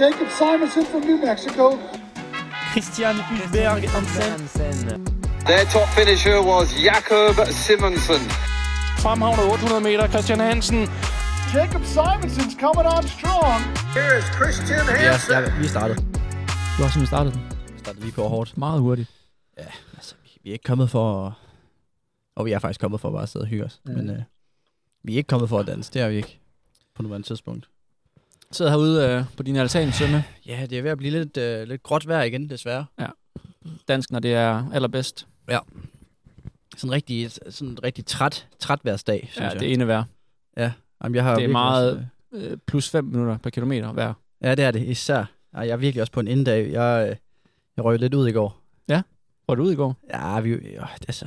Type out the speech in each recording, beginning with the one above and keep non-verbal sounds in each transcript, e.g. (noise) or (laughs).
Jacob Simonson from New Mexico. Christian Hulberg Hansen. Their top finisher was Jakob Simonsen. Fremhavnet 800 meter, Christian Hansen. Jacob Simonson's coming on strong. Here is Christian Ja, Hansen. ja, vi startede. Du har simpelthen startet den Vi startede lige på hårdt. meget hurtigt. Altså, vi- vi er ikke kommet for at... Og vi er faktisk kommet for at bare sidde og hygge os. Mm. Men øh, vi er ikke kommet for at danse. Det er vi ikke. På nuværende tidspunkt. Sidder herude øh, på din altan sømme. Ja, det er ved at blive lidt, øh, lidt gråt vejr igen, desværre. Dansk, når det er allerbedst. Sådan rigtig, sådan en rigtig træt, træt værsdag, synes Ja, jeg. det ene vejr. Jamen, jeg har det er virkelig meget- Også, øh, Øh, plus 5 minutter per kilometer hver. ja, det er det, især. Ej, jeg er virkelig også på en inddag. Jeg, øh, jeg røg lidt ud i går. Var du ude i går? Ja, vi, øh, altså,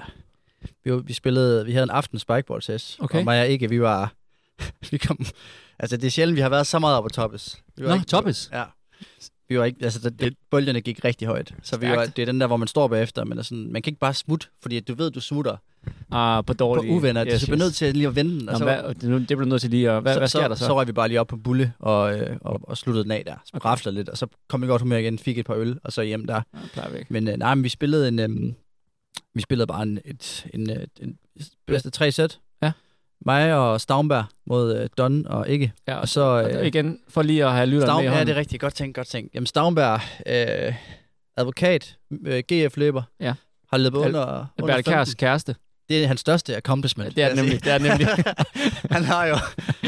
vi, var- vi spillede, vi havde en aften spikeball test. Okay. Og mig og ikke, vi var, (laughs) vi kom, altså det er sjældent, vi har været så meget oppe på toppes. Vi var Nå, ikke- toppes. Ja. Vi var ikke, altså det, det, bølgerne gik rigtig højt. Så vi var, Stærkt. det er den der, hvor man står bagefter, men er sådan, man kan ikke bare smutte, fordi du ved, du smutter Ah, på på dårlige. uvenner. Yes, så du bliver nødt til lige at vende den. Nå, hvad, det, nu- det blev du nødt til lige at... Hvad, hvad sker så, der så? Så røg vi bare lige op på bulle og, øh, og, og sluttede den af der. Så Okay. okay. lidt, og så kom vi godt humør igen, fik et par øl, og så hjem der. Ja, plejer vi ikke. Men øh, nej, men vi spillede en, øh, vi spillede bare en, et, en, øh, en bedste tre sæt. Ja. Mig og Stavnberg mod øh, Don og Ikke. Ja, Og så og øh, igen, for lige at have lytteren med i Stavnberg, ja, hånden. det er rigtigt. Godt tænkt, godt tænkt. Jamen Stavnberg, øh, advokat, øh, GF-løber, Ja. har løbet Al- under, under Bertel 15. Kærs kæreste. Det er hans største accomplishment. Det er det vil jeg nemlig. Det er det nemlig. sige. (laughs) han har jo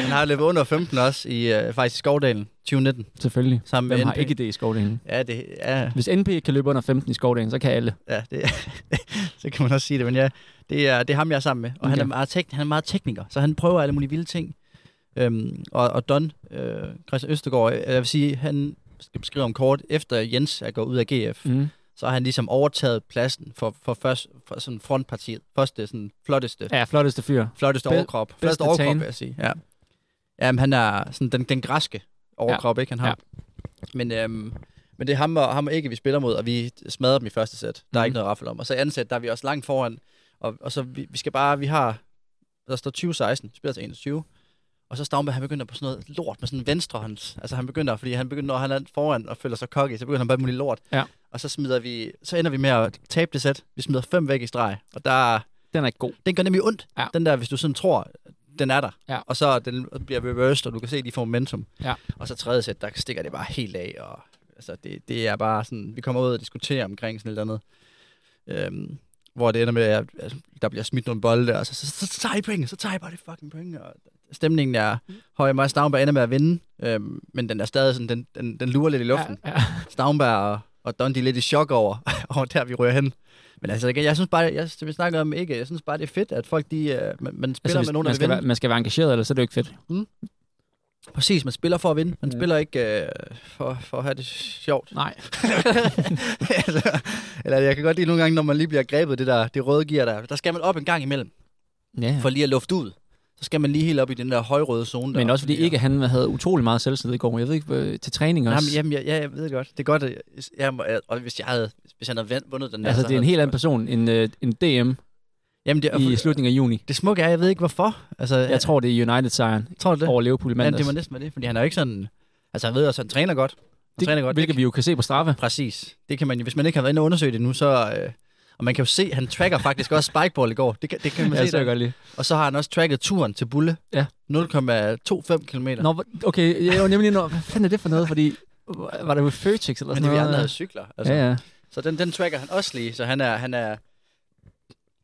han har løbet under 15 også, i, øh, faktisk i Skovdalen 2019. Selvfølgelig. Sammen med Hvem har NP. ikke det i skovdagen? Ja, det, ja, Hvis NP kan løbe under 15 i skovdagen, så kan alle. ja det, (laughs) så kan man også sige det, men ja, det er, det er ham, jeg er sammen med. Og okay. han, er Okay. meget tek, han er meget tekniker, så han prøver alle mulige vilde ting. Øhm, og, og Don, øh, Christian Østergaard, øh, jeg vil sige, han skal beskrive om kort, efter Jens er gået ud af GF, mm. Mm. så har han ligesom overtaget pladsen for, for, først, for sådan frontpartiet. Første, sådan flotteste, ja. Ja, flotteste fyr. flotteste Be- overkrop. Flotteste bedste overkrop, tan. vil jeg sige. Ja. Jamen, han er sådan den, den græske overkrop, ikke? Han har. Ja. Ja. Men, øhm, men det er ham og, ham og ikke, vi spiller mod, og vi smadrer dem i første sæt. Der er Mhm. ikke noget raffel om. Og så i anden sæt, der er vi også langt foran. Og, og så vi, vi skal bare, vi har, der står 20-16, vi spiller til 21. Og så Stavnberg, han begynder på sådan noget lort med sådan en venstrehånds. Altså han begynder, fordi han begynder, når han er foran og føler sig cocky, så begynder han bare med lort. Ja. Og så smider vi, så ender vi med at tabe det sæt. Vi smider fem væk i streg, og der, Den er ikke god. den gør nemlig ondt. Ja. Ja. Den der, hvis du sådan tror, den er der. Ja. Og så den bliver reversed, og du kan se, at de får momentum. Ja. Og så tredje sæt, der stikker det bare helt af. Og, altså, det, det er bare sådan, vi kommer ud og diskuterer omkring sådan et eller andet. Øhm, hvor det ender med, at at der bliver smidt nogle bolde, og så, så, så, så tager I point, så tager I bare det fucking point. Og stemningen er Mm. høj, mig og Stavnberg ender med at vinde, øhm, men den er stadig sådan, den, den, den lurer lidt i luften. Ja, Altså, ja. Stavnberg og, og Don, de er lidt i chok over, (laughs) over der, vi rører hen. Men altså, igen, jeg synes bare, jeg, som vi snakker om ikke, jeg synes bare, det er fedt, at folk, de, øh, man, man spiller Altså, altså, med hvis nogen, man, der skal vil være, vinde. man skal være engageret, eller så er det jo ikke fedt. Præcis, man spiller for at vinde. Man Mm. spiller ikke øh, for, for at have det sjovt. (laughs) Nej. altså, eller jeg kan godt lide nogle gange, når man lige bliver grebet, det der, det røde gear der. Der skal man op en gang imellem, Ja. for lige at lufte ud. Så skal man lige helt op i den der højrøde zone. Men der. også fordi ikke han havde utrolig meget selvtillid i går. Jeg ved ikke, øh, til træning også. Jamen, jamen, jeg, ja, jeg ved godt. Det er godt, at jeg, jeg, må- og hvis jeg havde, hvis jeg havde vand- vundet den der... altså, så det er en havde- helt anden person end øh, en DM Jamen, det, i slutningen af juni. Det smukke er, jeg ved ikke hvorfor. Altså, Jeg tror, det er United-sejren tror du det? over Liverpool i Men det mandags. må næsten være det, fordi han er jo ikke sådan... Altså, han ved også, at han træner godt. Han det, træner godt. hvilket Hvilket... vi jo kan se på straffe. Præcis. Det kan man jo, hvis man ikke har været inde og undersøge det nu, så... Øh, og man kan jo se, at han (laughs) tracker faktisk også spikeball i går. Det kan, det kan man Ja, se så jeg der. godt lige. Og så har han også tracket turen til Bulle. Ja. 0,25 km. Nå, hvor- okay, jeg var nemlig... Nå, hvad fanden er det for noget? Fordi var det jo Føtex eller sådan Men det er vi noget? andre havde cykler. Altså. Ja, ja. Så den, den tracker han også lige, så han er, han er,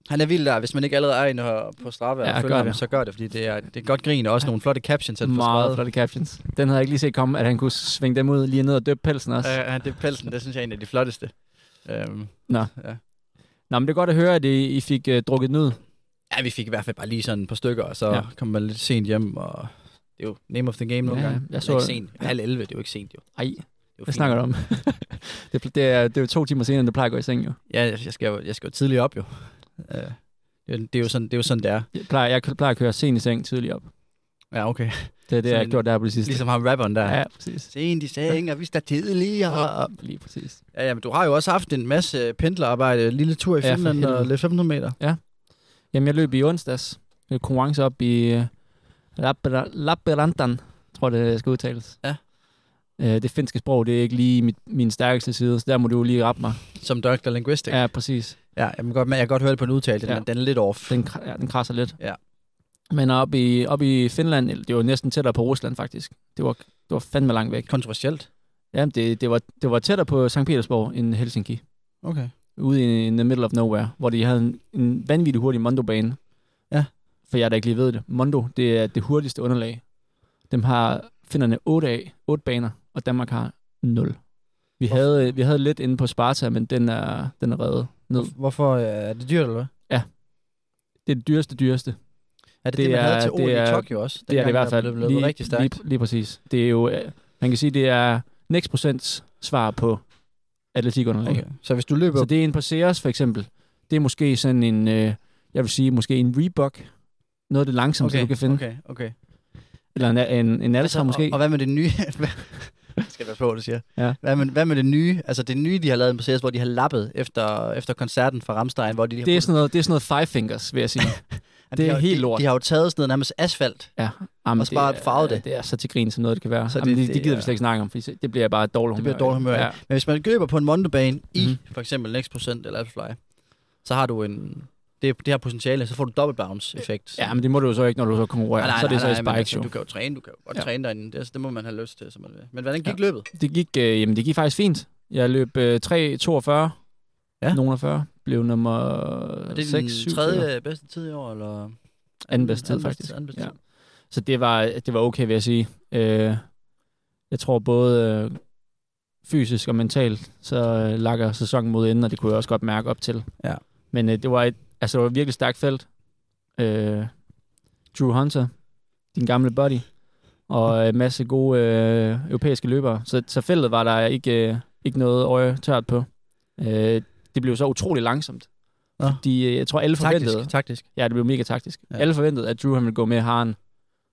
han er vild der, hvis man ikke allerede er inde og- på Strava Ja, og følger gør ham, det. så gør det, fordi det er, det er godt grin, og også nogle flotte captions, han får Meget skrevet. flotte captions. Den havde jeg ikke lige set komme, at han kunne svinge dem ud lige ned og døbe pelsen også. Ja, ja, Øh, det er pelsen, det synes jeg er en af de flotteste. Øhm, Nå. Ja. Nå, men det er godt at høre, at I, I fik øh, drukket den ud. ja, vi fik i hvert fald bare lige sådan et par stykker, og så Ja. ja. kom man lidt sent hjem, og det er jo name of the game nogle Ja, gange. jeg Det er så- ikke sent. Halv 11, det er jo ikke sent jo. Det Ej, er jo hvad fint. snakker du om? (laughs) det, det, er, det er jo to timer senere, end det plejer at gå i seng, jo. Ja, jeg- jeg skal, jo, jeg skal jo tidligt op jo. Øh, det, er jo sådan, det er jo sådan, det er. Jeg plejer, jeg plejer at køre sent i seng tidligt op. Ja, okay. Det er det, jeg Sådan har en- gjort der på det sidste. (laughs) Ligesom ham rapperen der. Ja, præcis. Sent i seng, og vi står tidligere. Og, Lige præcis. Ja, ja, men du har jo også haft en masse pendlerarbejde, en lille tur i Ja, for Finland helvede. og lidt 500 meter. Jamen, jeg løb i onsdags. Jeg konkurrence øh, op i øh, Labra- Labyrinthon, tror jeg, det skal udtales. Ja. Øh, det finske sprog, det er ikke lige mit, min stærkeste side, så der må du jo lige rappe mig. Som Dr. Linguistic. Ja, Ja, præcis. ja jeg, kan godt, jeg kan godt høre det på en udtalelse, Ja. ja. men den er lidt off. Den, kra- ja, den krasser lidt. Ja. Men op i, op i Finland, eller det var næsten tættere på Rusland faktisk. Det var, det var fandme langt væk. Kontroversielt. Ja, det, det, var, det var tættere på St. Petersborg end Helsinki. Okay. Ude i in the middle of nowhere, hvor de havde en, en vanvittig hurtig Mondo-bane. Ja. For jeg der ikke lige ved det. Mondo, det er det hurtigste underlag. Dem har finderne 8 af, 8 baner, og Danmark har 0. Vi havde, vi havde lidt inde på Sparta, men den er, den er reddet ned. Hvorfor øh, er det dyrt, eller hvad? Det er det dyreste, dyreste. Er det det, Det det man er- havde til det OL i er- Tokyo også? Det er det i Dengang, hvert der fald. blev løbet rigtig stærkt. Lige, lige præcis. Det er jo, øh, man kan sige, det er next procents svar på atletikunderlag. Okay. Okay. Så hvis du løber... Så Altså, det er en på Ceres for eksempel. Det er måske sådan en, øh, jeg vil sige, måske en Reebok. Noget af det langsomt, okay. du kan finde. Okay. Okay, okay. Altså, Eller en, en, en Altra måske. Og, og hvad med det nye? (laughs) Det skal jeg passe på, hvad du siger. Ja. Hvad, med, hvad med det nye? Altså det nye, de har lavet en proces, hvor de har lappet efter, efter koncerten fra Ramstein, hvor de, de, har, det, er sådan noget, det er sådan noget five fingers, vil jeg (laughs) sige. de, det er har, helt de, lort. De har jo taget sådan noget nærmest asfalt. ja. Jamen, Og så bare er- farve det. Det er så til grin, som noget det kan være. Så Så Jamen, det- det, det, det gider er- vi slet ikke snakke om, for det bliver bare dårlig humør. Det bliver dårlig humør. Ja. Ja. Men hvis man løber på en mondobane i Mhm. mm. for eksempel Next Percent eller Alphafly, så har du en... Det, det her potentiale, så får du dobbelt bounce effekt. ja, men det må du jo så ikke, når du så konkurrerer. Ah, så er det så i men altså, spikes jo. Du kan jo træne, du kan jo godt Ja. ja. træne derinde. Det, det, må man have lyst til, som man vil. Men hvordan gik Ja. ja. løbet? Det gik, øh, jamen, det gik faktisk fint. Jeg løb øh, 3.42. Ja. Ja. Nogen af 40. Blev nummer Er det 6, den 7, tredje bedste tid i år, eller? anden bedste tid, Anden bedste- faktisk. anden bedste ja. tid. Så det var, det var okay, vil jeg sige. Øh, jeg tror både øh, fysisk og mentalt, så øh, lakker sæsonen mod enden, og det kunne jeg også godt mærke op til. Ja. Men øh, det, var et, altså, det var et virkelig stærkt felt. Øh, Drew Hunter, din gamle buddy, og en øh, masse gode øh, europæiske løbere. Så, så feltet var der ikke, øh, ikke noget øje tørt på. Øh, det blev så utrolig langsomt. Nå. Fordi, øh, jeg tror, alle forventede... Taktisk, taktisk. Ja, det blev mega taktisk. Ja. Ja. Alle forventede, at Drew han ville gå med haren,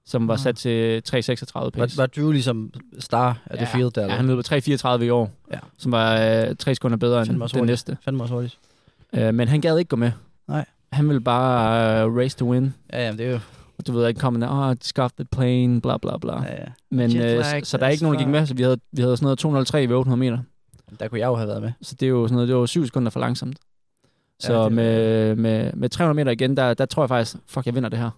som var Ah. sat til 3.36 pace. Var, var Drew ligesom star af det ja, field der? ja, eller? han løb på 3.34 i år, Ja. som var øh, 3 sekunder bedre end Fandme også den hurtigt. næste. Fandme også hurtigt. Øh, men han gad ikke gå med. Nej. Han ville bare øh, race to win. Ja, ja, men det er jo... Og du ved ikke, komme der, oh, scuff the plane, bla bla bla. Ja. Ja, ja. Men Jet øh, lag, altså. så, så der er that's ikke nogen, der gik far. med, så vi havde, vi havde sådan noget 203 ved 800 meter. Der kunne jeg jo have været med. Så det er jo sådan noget, det var 7 sekunder for langsomt. Ja, Så det ja, er- med, med, med 300 meter igen, der, der tror jeg faktisk, fuck, jeg vinder det her.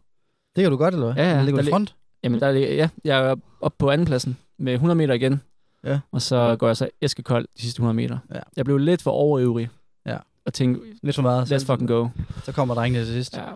Det kan du godt, eller hvad? Ja, ja, Den ligger der i lig- front. Jamen, der, ligger- ja, jeg er oppe på andenpladsen med 100 meter igen. Ja. Og så går jeg så æskekold de sidste 100 meter. Ja. Jeg blev lidt for overøvrig. Ja. Og tænkte, Lidt for meget. let's fucking go. Så kommer drengene til sidst. Ja. Ja,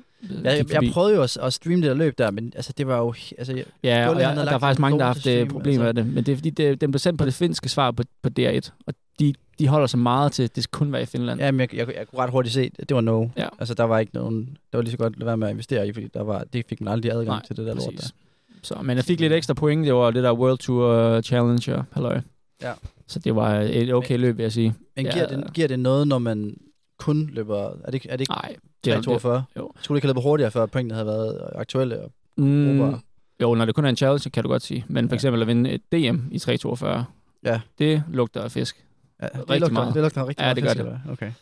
Jeg, jeg, jeg prøvede jo at, at streame det der løb der, men altså, det var jo... he- Altså, jeg, ja og gulvet, jeg, han havde der er lagt faktisk en mange, der har haft bonus-time, øh, problemer med altså. det. Men det er fordi, det, den blev sendt på det finske svar på, på DR1. Og de, de holder sig meget til, at det skal kun være i Finland. ja, men jeg, jeg, jeg, kunne ret hurtigt se, at det var no. Ja. Altså, der var ikke nogen... Det var lige så godt at lade være med at investere i, fordi der var, det fik man aldrig adgang Nej, til det der lort der. Præcis. Så, men jeg fik lidt ekstra point. Det var det der World Tour øh, Challenger. Halløj. Ja. Så det var et okay løb, vil jeg sige. Men Ja. giver, det, giver det noget, når man kun løber... Er det, ikke- er det ikke Nej, det er 342? jo. Skulle du ikke have løbet hurtigere, før pointene havde været aktuelle? Og, Mm, brugbare. jo, når det kun er en challenge, kan du godt sige. Men for Ja. eksempel at vinde et DM i 3.42, Ja. det lugter af fisk. ja, det Rigtig lugter- meget. Det lugter rigtig Ja, meget det gør fisk, det. eller hvad? Okay.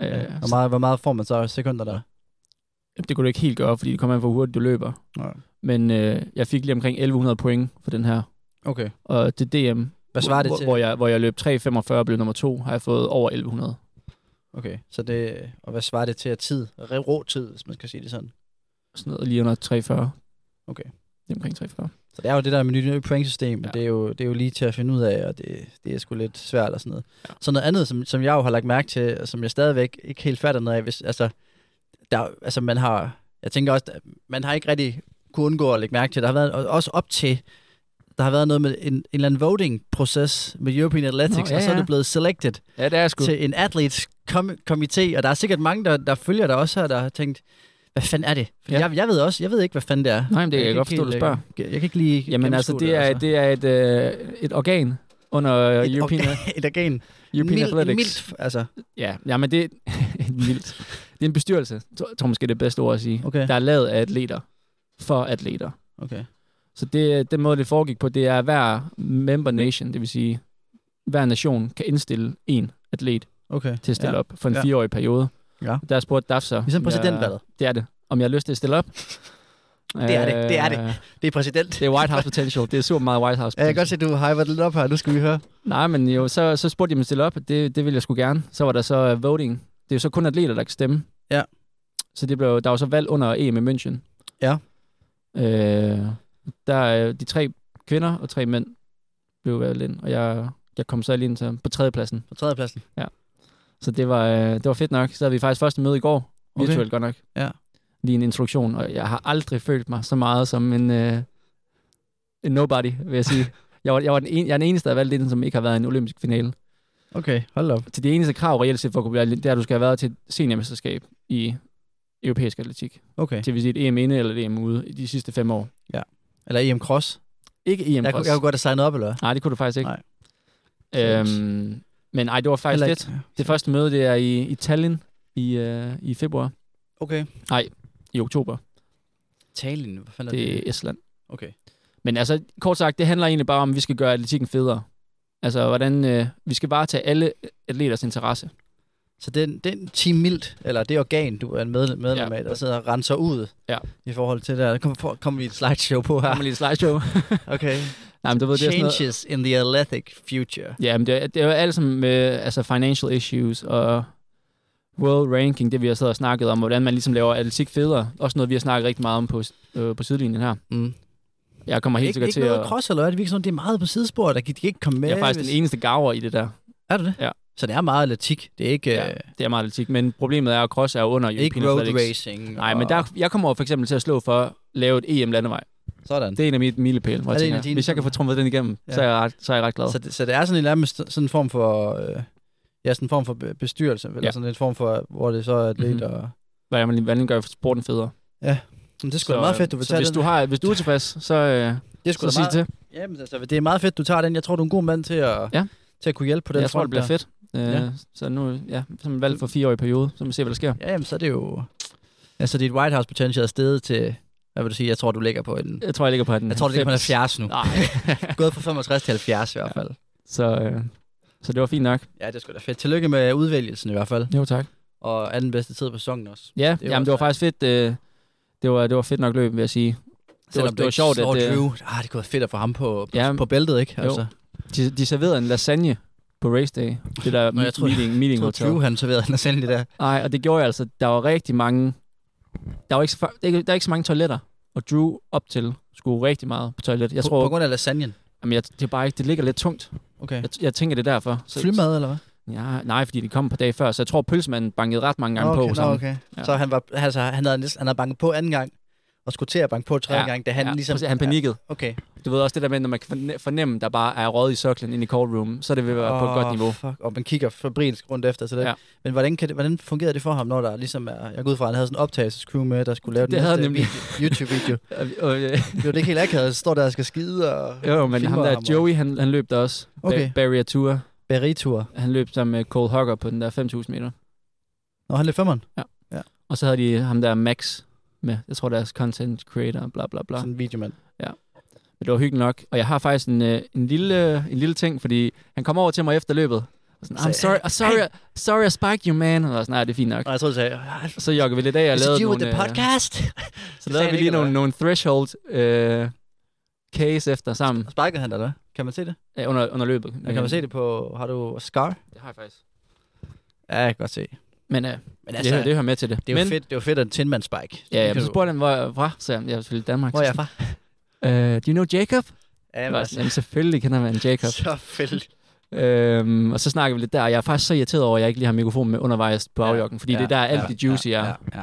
Øh, Ja. Hvor, så meget, hvor meget får man så af sekunder der? det kunne du ikke helt gøre, fordi det kommer an på, hvor hurtigt du løber. Nej. Men øh, jeg fik lige omkring 1.100 point for den her. Okay. Og det DM, Hvad svarer det hvor, til? hvor, jeg, hvor jeg løb 3.45 og blev nummer to, har jeg fået over 1.100. Okay, så det, og hvad svarer det til af tid? Rå- Rå tid, hvis man skal sige det sådan. Sådan noget lige under 3.40. Okay. Det er omkring 3.40. Så det er jo det der med nyt pointsystem, Ja. ja. det, er jo, det er jo lige til at finde ud af, og det, det er sgu lidt svært og sådan noget. Ja. Ja. Så noget andet, som, som jeg jo har lagt mærke til, og som jeg stadigvæk ikke helt fatter noget af, hvis, altså, der, altså man har, jeg tænker også, der- man har ikke rigtig kunne undgå at lægge mærke til, der har været, og også op til, der har været noget med en, en eller anden voting-proces med European Athletics, Nå, ja, ja, og så er ja. det blevet selected. Ja, det er sgu. til en athletes kom- komité, og der er sikkert mange, der, der følger dig også her, der har tænkt, hvad fanden er det? For Ja. jeg, jeg ved også, jeg ved ikke, hvad fanden det er. Nej, men det kan jeg godt forstå, ikke du helt, spørger. øh, Jeg kan ikke lige Jamen altså, det er, det er et, øh, et organ under et øh, Et European, organ, (laughs) et organ. European Mild- Athletics. mildt, altså. Ja, ja men det er (laughs) vildt. Det er en bestyrelse, tror tror måske det er det bedste ord at sige, Okay. der er lavet af atleter for atleter. Okay. Så det, den måde, det foregik på, det er, at hver member nation, det vil sige, hver nation kan indstille en atlet Okay. til at stille ja. ja. op for en ja. Ja. fireårig periode. Ja. Der spurgte DAF så... Ligesom om jeg- præsidentvalget. Det er det. Om jeg har lyst til at stille op. Det er det, det er det. Det er præsident. Øh, Det er White House potential. Det er super meget White House Ja, jeg kan potential. godt se, at du hyper lidt op her. Nu skal vi høre. Nej, men jo, så, så spurgte jeg mig stille op, og det, det ville jeg sgu gerne. Så var der så øh, voting. Det er jo så kun atleter, der kan stemme. Ja. Så det blev, der var så valg under EM i München. Ja. Øh, der er de tre kvinder og tre mænd blev valgt ind, og jeg, jeg kom så lige ind til, på tredjepladsen. På tredjepladsen. Så det var, øh, det var fedt nok. Så havde vi faktisk første møde i går, Okay. virtuelt godt nok. Ja. Lige en introduktion, og jeg har aldrig følt mig så meget som en, øh, en nobody, vil jeg (laughs) sige. Jeg var, jeg, var den en, jeg er den eneste, der er valgt ind, som ikke har været i en olympisk finale. Okay, hold op. Til det eneste krav reelt set for at kunne blive valgt ind, det er, at du skal have været til et seniormesterskab i europæisk atletik. Okay. Det vil sige et EM inde eller et EM ude i de sidste fem år. Eller EM E Cross. Ikke EM Jeg, kunne- jeg kunne godt have signet op, eller hvad? Nej, det kunne du faktisk ikke. Nej. Øhm, men ej, det var faktisk Heller fedt. ikke. Det første møde, det er i, i Tallinn i, øh, i februar, Okay. i oktober. Tallinn, hvad fanden er Det er det? Estland. Okay. Men altså, kort sagt, det handler egentlig bare om, at vi skal gøre atletikken federe. Altså, hvordan øh, vi skal varetage alle atleters interesse. Ah. Så den, den Team Milt, eller det organ, du er en medlem, medlem Ja. af, der sidder og renser ud Ja. i forhold til det her. Kom, for, kom vi et slideshow på her. Kommer lige et slideshow. Okay. Nej, men du ved, det er sådan noget... Changes in the athletic future. Ja, men det, er- det er jo alt sammen med altså financial issues og world ranking, det vi har siddet og snakket om, hvordan man ligesom laver atletik federe. Også noget, vi har snakket rigtig meget om på, øh, på sidelinjen her. Mm. Jeg kommer helt Ikke, sikkert ikke til noget at... cross eller hvad? Det virker sådan, det er meget på sidesporet. Der kan de kan ikke komme med. Jeg er faktisk hvis- den eneste gaver i det der. Er du det? Ja. Så det er meget atletik. Det er ikke, Ja, ja. det er meget atletik, men problemet er, at cross er jo under ikke European road Athletics. racing. Nej, og- men der, jeg kommer jo for eksempel til at slå for at lave et EM landevej. Sådan. Det er en af mine milepæle, hvor Er jeg det en tænker, af dine, hvis jeg kan få sådan? trummet den igennem, ja. så, Ja. er jeg ret, så er jeg ret glad. Så Så, det, så det er sådan en, eller anden, sådan en form for... Øh, ja, sådan en form for be- bestyrelse, eller Ja. sådan en form for, hvor det så er atlet Mhm. mm-hmm. og... hvordan man hvordan gør sporten federe. Men det er sgu da meget fedt, du vil så tage hvis den. du, har, hvis du er tilfreds, så, øh, det er så sgu da sig meget, til. Jamen, altså, det er meget fedt, du tager den. Jeg tror, du er en god mand til at, Ja. til at kunne hjælpe på den Jeg tror, det front bliver fedt. Øh, Ja. Så nu, ja, så er man valgt for fire år i periode, så må vi se, hvad der sker. der. Ja, jamen, så er det jo... Altså, dit White House potential er steget til... Hvad vil du sige? Jeg tror, du ligger på en... Jeg tror, jeg ligger på den. Jeg tror, du ligger på en 70 nu. Mm, (laughs) Nej. Gået fra 65 til 70 i hvert fald. så, øh, så det var fint nok. Ja, det er sgu da fedt. Tillykke med udvælgelsen i hvert fald. Jo, tak. Og anden bedste tid på sæsonen også. Ja, det var jamen, det var faktisk fedt. Øh, det, var, det var fedt nok løb, vil jeg sige. Selvom det du var ikke sjovt, at slår det- Drew. Ah, det kunne være fedt at få ham på, på, Ja. på bæltet, ikke? Jo. Altså, De, de serverede en lasagne på race day. Det der Nå, jeg tror- meeting, meeting jeg tror, hotel. Drew, han serverede (laughs) han selv det der. Nej, og det gjorde jeg altså. Der var rigtig mange... Der var ikke så, fa- der, er ikke- der er ikke så mange toiletter. Og Drew op til skulle rigtig meget på toilet. Jeg på, tror, på grund af lasagnen. jamen, jeg, det er bare ikke, det ligger lidt tungt. Okay. Jeg, jeg tænker, det er derfor. Så, Flymad, eller hvad? Ja, nej, fordi de kom på dag før, så jeg tror, pølsemanden bankede ret mange gange på. okay, sammen. okay. Ja. Ja. Så han, var, altså, han, havde, næsten- han havde banket på anden gang, og skulle til at banke på tredje Ja, ja. gang, da han ja, ligesom... præcis, han panikkede. Ja, okay. Du ved også det der med, når man kan forne- fornemme, der bare er røget i soklen inde i courtroom, så er det vil være oh. på et godt niveau. Fuck. Og man kigger forbrinsk rundt efter. Så det. Ja. Ja. Men hvordan, kan det, hvordan fungerede det for ham, når der ligesom er... Jeg går ud fra, at han havde sådan en optagelsescrew med, der skulle lave Det den havde næste han nemlig. video- YouTube-video. Og, og, øh, Det var det ikke helt akavet, så står der og skal skide og (laughs) jo, jo, men Filmer ham der, ham og- Joey, han, han løb der også. Okay. Ba- barrier Tour. bærritur. Han løb sammen med Cole Hugger på den der 5.000 meter. Nå, han løb femmeren. Og så havde de ham der Max med. Jeg tror, deres content creator, bla bla bla. Sådan en videomand. Men det var hyggeligt nok. Og jeg har faktisk en, øh, en, lille, en lille ting, fordi han kom over til mig efter løbet. Og sådan, I'm Sagde, sorry, I'm sorry, hey. sorry I spiked you, man. Og jeg var sådan, nej, det er fint nok. Og jeg tror, du sagde... Så joggede vi lidt af og Is it lavede you with nogle, Altså, the øh, podcast? så Det sagde lavede han vi lige ikke, nogle, eller nogle threshold øh, case efter sammen Sparkede han dig, eller? hvad? Kan man se det? øh, under, under løbet. Ja, kan man se det på... Har du Scar? Det har jeg faktisk. Ja, jeg kan godt se. Men, øh, Men altså, det, hører, det hører med til det. Det er Men, jo fedt, det er jo fedt at Tindman Spike. Ja, ja, men så spurgte han, hvor jeg er fra, så jeg, jeg er selvfølgelig Danmark. Hvor er jeg fra? Øh, do you know Jacob? Ja, Jamen, altså. men altså, Jamen, selvfølgelig kender man Jacob. så fedt. Øhm, og så snakker vi lidt der, og jeg er faktisk så irriteret over, at jeg ikke lige har mikrofonen med undervejs på afjokken, fordi ja, det er der, alt ja, det juicy ja, er. Ja, ja.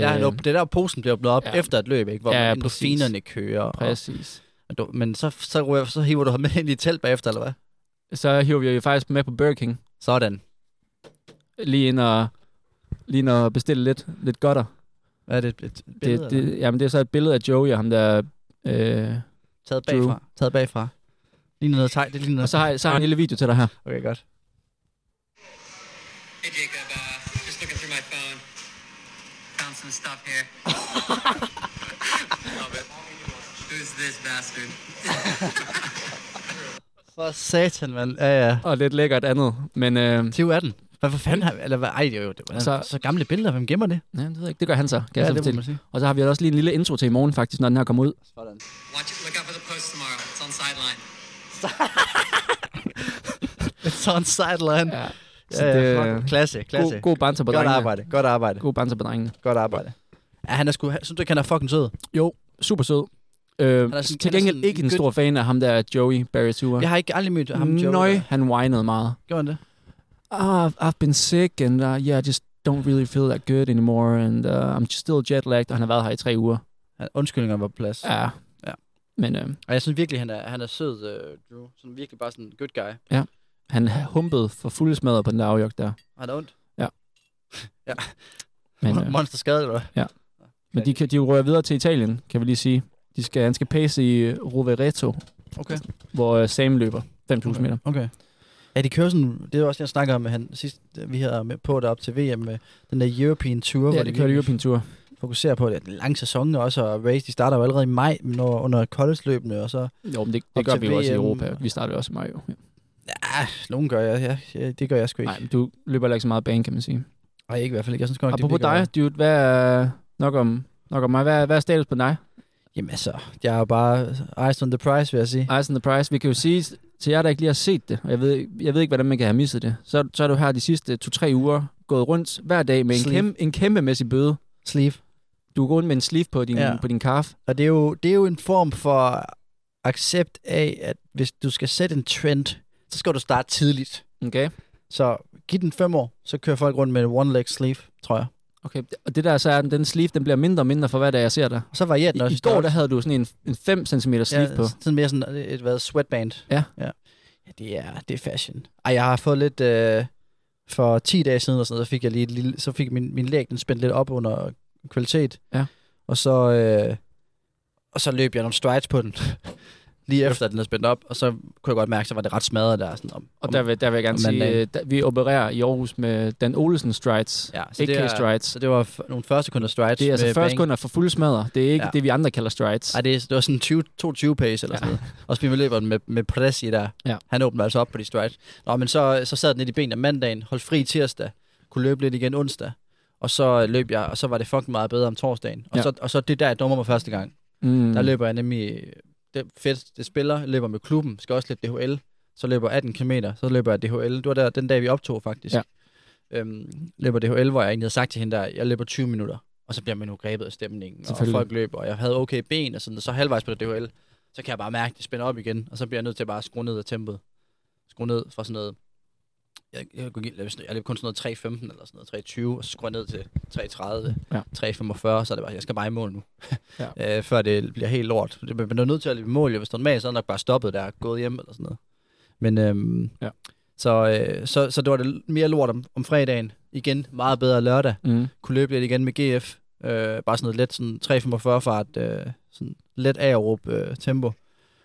Der, Øh, er noget- det er der, posen bliver åbnet op ja. ja. efter et løb, ikke? hvor Ja, ja, ja, endorfinerne kører. Og, Præcis. og du, men så, så, ryger, så hiver du ham med ind i et telt bagefter, eller hvad? Så hiver vi jo faktisk med på Burger King, Sådan. lige ind og, lige ind og bestille lidt, lidt godter. Hvad er det? Et et billede, Det, eller? det, jamen, det er så et billede af Joey og ham der... Øh, Taget Drew. bagfra. Taget bagfra. Ligner noget tegn. Det ligner og noget. så har, jeg, så har jeg en lille video til dig her. Okay, godt. Hey Jacob, uh, just looking through my phone. Found some stuff here. Love it. Who's this bastard? For satan, mand. Ja, ja. Og lidt lækkert andet, men... Øh, 2018. Hvad for fanden har... Eller hvad? Ej, det var jo det var, Altså- så, så gamle billeder. Hvem gemmer det? (laughs) Ja, det ved jeg ikke. Det gør han så, kan ja, jeg så det fortælle. sige. Og så har vi også lige en lille intro til i morgen faktisk, når den her kommer ud. Watch it. Look out for the post tomorrow. It's on sideline. It's on sideline. Ja. Så Ja, ja, det- fuck. klasse, klasse. God, god banter på Godt drengene. arbejde, godt arbejde, God banter på drengene. godt arbejde. Ja, han er sgu, han- synes du ikke, han er fucking sød? Jo, super sød. Øh, er sådan- til han er gengæld sådan ikke en en stor fan af ham der Joey Barrett-Tua. Jeg har ikke aldrig mødt ham. Joey. Nøj, han whinede meget. Gjorde han det? Ah, I've- I've been sick, and uh, yeah, I just don't really feel that good anymore, and uh, I'm still jet-lagged, og han har været her i tre uger. Han- Undskyldninger var på plads. Ja. Ja. Men øh, Og jeg synes virkelig, han er, han er sød, uh, Drew. Sådan virkelig bare sådan en good guy. han humpede for fulde smadder på den der afjok der. Har det ondt? Men, Mon- øh, Monster skade, eller hvad? men de, kan, de rører videre til Italien, kan vi lige sige. De skal, han skal pace i øh, Rovereto, Okay. hvor øh, Sam løber 5.000 okay. meter. Okay. Ja, de kører sådan, det var også det, jeg snakker om med han sidst, da vi havde med på op til VM, med den der European Tour, Ja, hvor det de kører de virkelig European Tour. fokuserer på, at det er en lang sæson også, og race, de starter jo allerede i maj når, under college-løbene, og så, Jo, men det, Op det gør til vi jo også i VM. Europa. Vi starter jo også i maj. Jo. Ja. ja, nogen gør jeg, ja, ja, det gør jeg sgu ikke. Nej, men du løber heller ikke så meget bane, kan man sige. Nej, ikke i hvert fald ikke. Jeg synes godt, nok, det Apropos virker- dig, dude, hvad er, nok om, nok om mig, hvad, er- hvad er status på dig? Jamen altså, jeg er jo bare eyes on the prize, vil jeg sige. Ice and the Price, vi kan jo sige til jer, der ikke lige har set det, og jeg ved, jeg ved ikke, hvordan man kan have misset det, så, så er du her de sidste to-tre uger gået rundt hver dag med en, Sleeve. kæmpe, en kæmpemæssig bøde. Sleeve. Du går rundt med en sleeve på din, ja. Ja. på din kaffe. Og det er, jo, det er jo en form for accept af, at hvis du skal sætte en trend, så skal du starte tidligt. Okay? Så giv den fem år, så kører folk rundt med en one leg sleeve, tror jeg. okay. Og det der så er, den- den sleeve, den bliver mindre og mindre for hver dag, jeg ser dig. Og så varierer den I, også. I går, der havde du sådan en, en 5 cm sleeve ja, på. Sådan mere sådan et, hvad, sweatband. Ja. ja. Ja, det er, det er fashion. Ej, jeg har fået lidt... Øh, for 10 dage siden og sådan noget, så fik jeg lige et lille, så fik min, min læg, den spændt lidt op under kvalitet. Ja. Og så, øh, og så løb jeg nogle strides på den, (laughs) lige efter at den er spændt op, og så kunne jeg godt mærke, så var det ret smadret der. Sådan om, Og der vil, der vil jeg gerne om sige, mandagen. øh, der, vi opererer i Aarhus med Dan Olesen strides. Ja, så ikke det er- strides. Så det var f- nogle 40 sekunder strides. Det er altså med 40 bang. sekunder for fuld smadder. Det er ikke ja. Ja. det, vi andre kalder strides. Ej, det, er- det var sådan 20, 22 pace eller sådan noget. Og så vi løber den med, med Presi der. Ja. Han åbner altså op på de strides. Nå, men så, så sad den lidt i benene mandagen, holdt fri tirsdag, kunne løbe lidt igen onsdag. Og så løb jeg, og så var det fucking meget bedre om torsdagen. Og, Ja. ja. så, og så det der, jeg dummer mig første gang. Mm. Der løber jeg nemlig, det er fedt, det spiller, jeg løber med klubben, skal også løbe DHL, så løber jeg 18 km, så løber jeg DHL. Det var der, den dag, vi optog faktisk. Ja. Øhm, løber DHL, hvor jeg egentlig havde sagt til hende, der, jeg løber 20 minutter, og så bliver man jo grebet af stemningen, og Selvfølgelig. folk løber, og jeg havde okay ben, og sådan, og så halvvejs på det DHL, så kan jeg bare mærke, at det spænder op igen, og så bliver jeg nødt til bare at skrue ned af tempoet. Skrue ned fra sådan noget, jeg, jeg, kunne give- jeg løb kun sådan noget 3.15 eller sådan noget 3.20, og så skruer jeg ned til 3.30, Ja. ja. 3.45, så er det bare, jeg skal bare i mål nu (laughs) øh, før det bliver helt lort. Det man er nødt til at løbe i mål, jo. hvis du er normalt, så er det nok bare stoppet der og gået hjem eller sådan noget. Men øhm, Ja. så, øh, så, så det var det mere lort om, om fredagen. Igen, meget bedre lørdag. Mm. Kunne løbe lidt igen med GF. Øh, bare sådan noget let, sådan 3,45 fart, øh, sådan let aerob øh, tempo.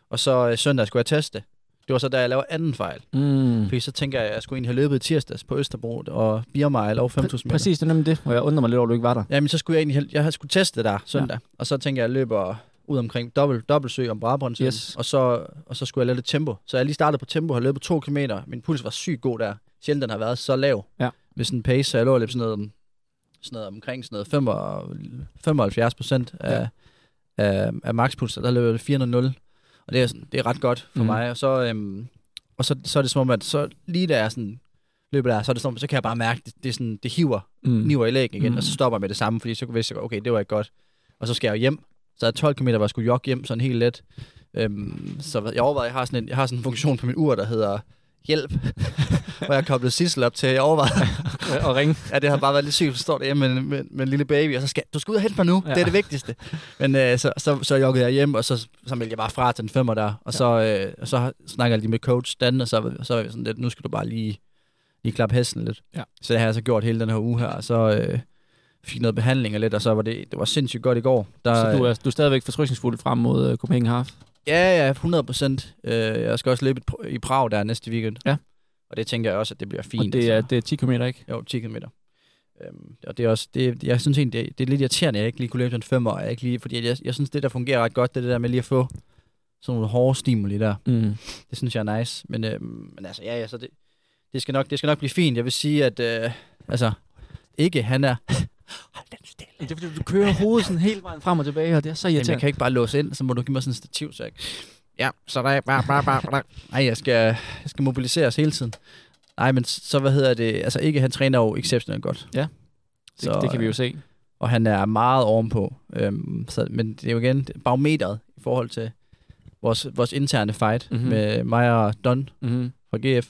Og så øh, søndag skulle jeg teste. Det var så, da jeg laver anden fejl. Mm. Fordi så tænker jeg, at jeg skulle egentlig have løbet i tirsdags på Østerbro og Biermejl over 5.000 Præ- meter. Præcis, det er nemlig det, og jeg undrer mig lidt over, at du ikke var der. Jamen, så skulle jeg egentlig... hel- Jeg havde skulle teste det der søndag, ja. og så tænkte jeg, at jeg løber ud omkring dobbelt, dobbeltsø om Brabrundsøen, Yes. og, så, og så skulle jeg lave lidt tempo. Så jeg lige startede på tempo, har løbet to kilometer. Min puls var sygt god der. Sjældent den har været så lav. Ja. Med sådan en pace, så jeg lå og løb sådan noget, sådan noget omkring sådan noget 75 75 procent af, af, af makspuls, og der løb jeg 400. Og det er, sådan, det er ret godt for Mhm. mm. mig. Og, så, øhm, og så, så er det som om, at så lige da jeg sådan løber der, så, er det som, om, så kan jeg bare mærke, det, det, er sådan, det hiver Mm. kniver i lægen igen, Mm. mm. og så stopper jeg med det samme, fordi så vidste jeg, okay, det var ikke godt. Og så skal jeg jo hjem. Så er 12 km, hvor jeg skulle jogge hjem sådan helt let. Øhm, så hvad- jeg overvejede, jeg har, sådan en, jeg har sådan en funktion på min ur, der hedder hjælp, (laughs) hvor jeg har koblet Sissel op til. Jeg overvejede, Og ringe. at det har bare været lidt sygt, at stå derhjemme med, med, med, en lille baby, og så skal du skal ud og hente mig nu, Ja. ja. det er det vigtigste. Men øh, så, så, så joggede jeg hjem, og så, så meldte jeg bare fra til den femmer der, og så, øh, og så snakker jeg lige med coach Dan, og så, så er jeg sådan lidt, nu skal du bare lige, lige klappe hesten lidt. Ja. Så det har jeg så gjort hele den her uge her, og så øh, fik noget behandling og lidt, og så var det, det var sindssygt godt i går. Der, Så du er, du er stadigvæk fortrykningsfuld frem mod uh, Copenhagen Half. Ja, ja, 100 procent. Øh, jeg skal også løbe i Pr- i Prag der næste weekend. Ja. Og det tænker jeg også, at det bliver fint. altså. Og det er, det er 10 km, ikke? Jo, 10 km. Øhm, og det er også, det, jeg synes egentlig, det, det er lidt irriterende, at jeg ikke lige kunne løbe den femmer, og jeg ikke lige, fordi jeg, jeg synes, det der fungerer ret godt, det er det der med lige at få sådan nogle hårde stimuli der. Mm. Det synes jeg er nice. Men, øhm, men altså, ja, ja, så det, det skal nok, det skal nok blive fint. Jeg vil sige, at øh, altså, ikke han er... Hold den stille. Det er fordi, du kører hovedet sådan hele vejen frem og tilbage, og det er så Jamen, jeg irriterende. kan ikke bare låse ind, så må du give mig sådan en stativ, så jeg... Ja, så der er... Bare, bare, bare, bare. Nej, jeg skal, jeg skal mobiliseres hele tiden. Nej, men så hvad hedder det? Altså ikke, han træner jo exceptionelt godt. Ja. Så, øh, det, det kan vi jo se. Og han er meget ovenpå. Øhm, så, men det er jo igen barometeret i forhold til vores, vores interne fight Mhm. mm-hmm. med mig og Don Mm-hmm. fra GF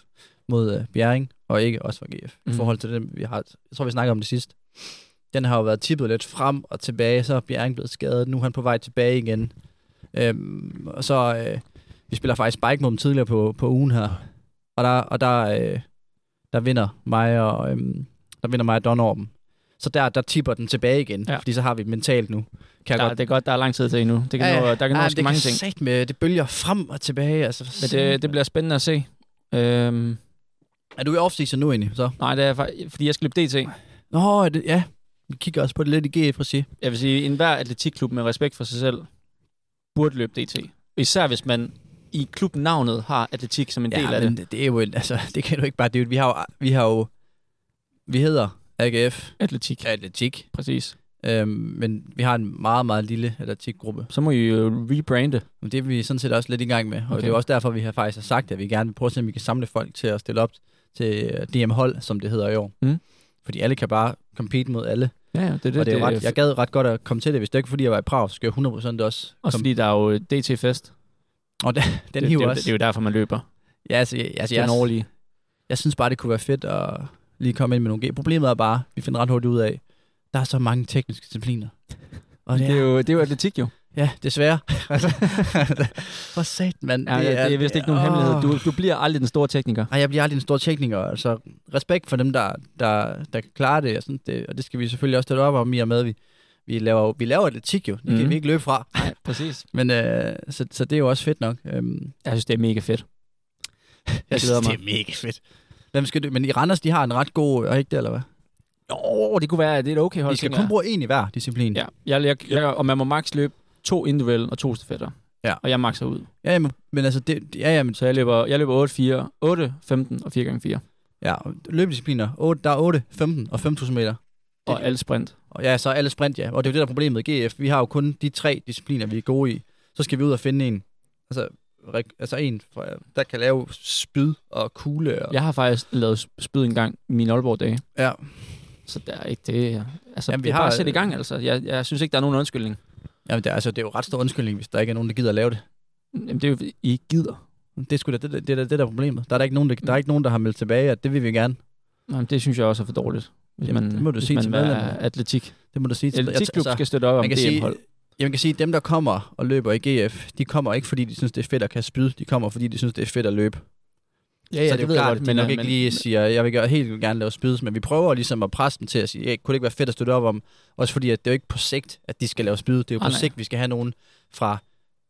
mod øh, Bjerring, og ikke også fra GF, mm. Mhm. i forhold til den, vi har, jeg tror, vi snakkede om det sidst. Den har jo været tippet lidt frem og tilbage, så er Bjerring blevet skadet, nu er han på vej tilbage igen. Øhm, og så, øh, vi spiller faktisk bike mod dem tidligere på, på ugen her, og der, og der, øh, der vinder mig og, øhm, der vinder mig og Don over dem. Så der, der tipper den tilbage igen, Ja. ja. fordi så har vi det mentalt nu. Kan jeg Der, godt, det er godt, der er lang tid til endnu. Det kan ja, nå, der kan nå men ske det mange kan ting. Satme, det bølger frem og tilbage. Altså, for Men satan. det, det bliver spændende at se. Øhm, Er du i off-season nu egentlig, så? nej, det er faktisk, fordi jeg skal løbe DT. Nå, er det, ja. Vi kigger også på det lidt i GF, regi Jeg vil sige, at enhver atletikklub med respekt for sig selv burde løbe DT. Især hvis man i klubnavnet har atletik som en del af men det. det. det er jo en, (laughs) altså, det kan du ikke bare... Det, er jo- vi har jo, vi har jo, vi hedder AGF Atletik, ja. Atletik, præcis. øhm, men vi har en meget, meget lille atletikgruppe. Så må I jo rebrande. Og det er vi sådan set også lidt i gang med, og Okay. okay. det er jo også derfor, vi har faktisk har sagt, at vi gerne vil prøve at se, om vi kan samle folk til at stille op til øh, DM-hold, som det hedder i år. Mm. Fordi alle kan bare compete mod alle, Ja, ja, det, det, øh, det, og det er jo ret, jeg jeg gad ret godt at komme til det. Hvis det ikke fordi, jeg var i Prag, så skal jeg 100% også også komme. fordi der er jo DT-fest. Og den, den det, hiver det, er jo- også. det, er jo derfor, man løber. ja, altså, jeg- altså, Den jeg, årlige. jeg synes bare, det kunne være fedt at lige komme ind med nogle G. Problemet er bare, vi finder ret hurtigt ud af, der er så mange tekniske discipliner. Og det er, jo, det er jo atletik jo. ja, (laughs) desværre. Altså, For sat, mand. Ja, det, er, det er vist ikke nogen hemmelighed. Du, du bliver aldrig den store tekniker. Nej, jeg bliver aldrig en stor tekniker. Altså, respekt for dem, der, der, der kan klare det og, sådan, det. og det skal vi selvfølgelig også støtte op om, i og med, at vi, vi laver, vi laver atletik jo. Det kan Mhm. vi ikke løbe fra. Nej, præcis. Men, øh, så, så det er jo også fedt nok. Øhm, Jeg synes, det er mega fedt. jeg glæder synes, det er mega fedt. Hvem skal du? Men i Randers, de har en ret god, og ikke det, eller hvad? Jo, det kunne være, at det er et okay hold. De skal tænker kun jeg. bruge en i hver disciplin. Ja, jeg, jeg, jeg, og man må maks løbe to individuelle og to stafetter. Ja. Og jeg makser ud. Ja, jamen, men altså, det, ja, jamen, Så jeg løber, jeg løber 8, 4, 8, 15 og 4 gange 4. ja, løbediscipliner. 8, der er 8, 15 og 5.000 meter. Og alt sprint. Og ja, så er alle sprint, ja. Og det er jo det, der er problemet i GF. Vi har jo kun de tre discipliner, vi er gode i. Så skal vi ud og finde en. Altså, rek- altså en, fra- der kan lave spyd og kugle. Og, Jeg har faktisk lavet spyd en gang i min Aalborg-dage. ja. Så der er ikke det... Altså, Jamen, Jamen, vi vi det er har, bare har- at sætte i gang, altså. Jeg, jeg synes ikke, der er nogen undskyldning. Jamen, det, er, altså, det er jo ret stor undskyldning, hvis der ikke er nogen, der gider at lave det. Jamen, det er jo, I gider. Det er sgu da det, det, det, det, det der er problemet. Der er der ikke nogen, der, der, er ikke nogen, der har meldt tilbage, at det vil vi gerne. Jamen, det synes jeg også er for dårligt. Hvis Jamen, man, det må du hvis sige man til er medlemmerne. atletik. Det må du sige Altså, til Atletikklub skal støtte op om man kan sige, DM-hold. jeg kan sige, at dem, der kommer og løber i GF, de kommer ikke, fordi de synes, det er fedt at kan spyde. De kommer, fordi de synes, det er fedt at løbe. Ja, så det, det ved jeg godt, men, nok øh, ikke lige siger, jeg vil gøre, helt vildt gerne lave spyds, men vi prøver ligesom at presse dem til at sige, hey, kunne det ikke være fedt at støtte op om? Også fordi, at det er jo ikke på sigt, at de skal lave spyd. Det er jo Ah, på nej. sigt, vi skal have nogen fra...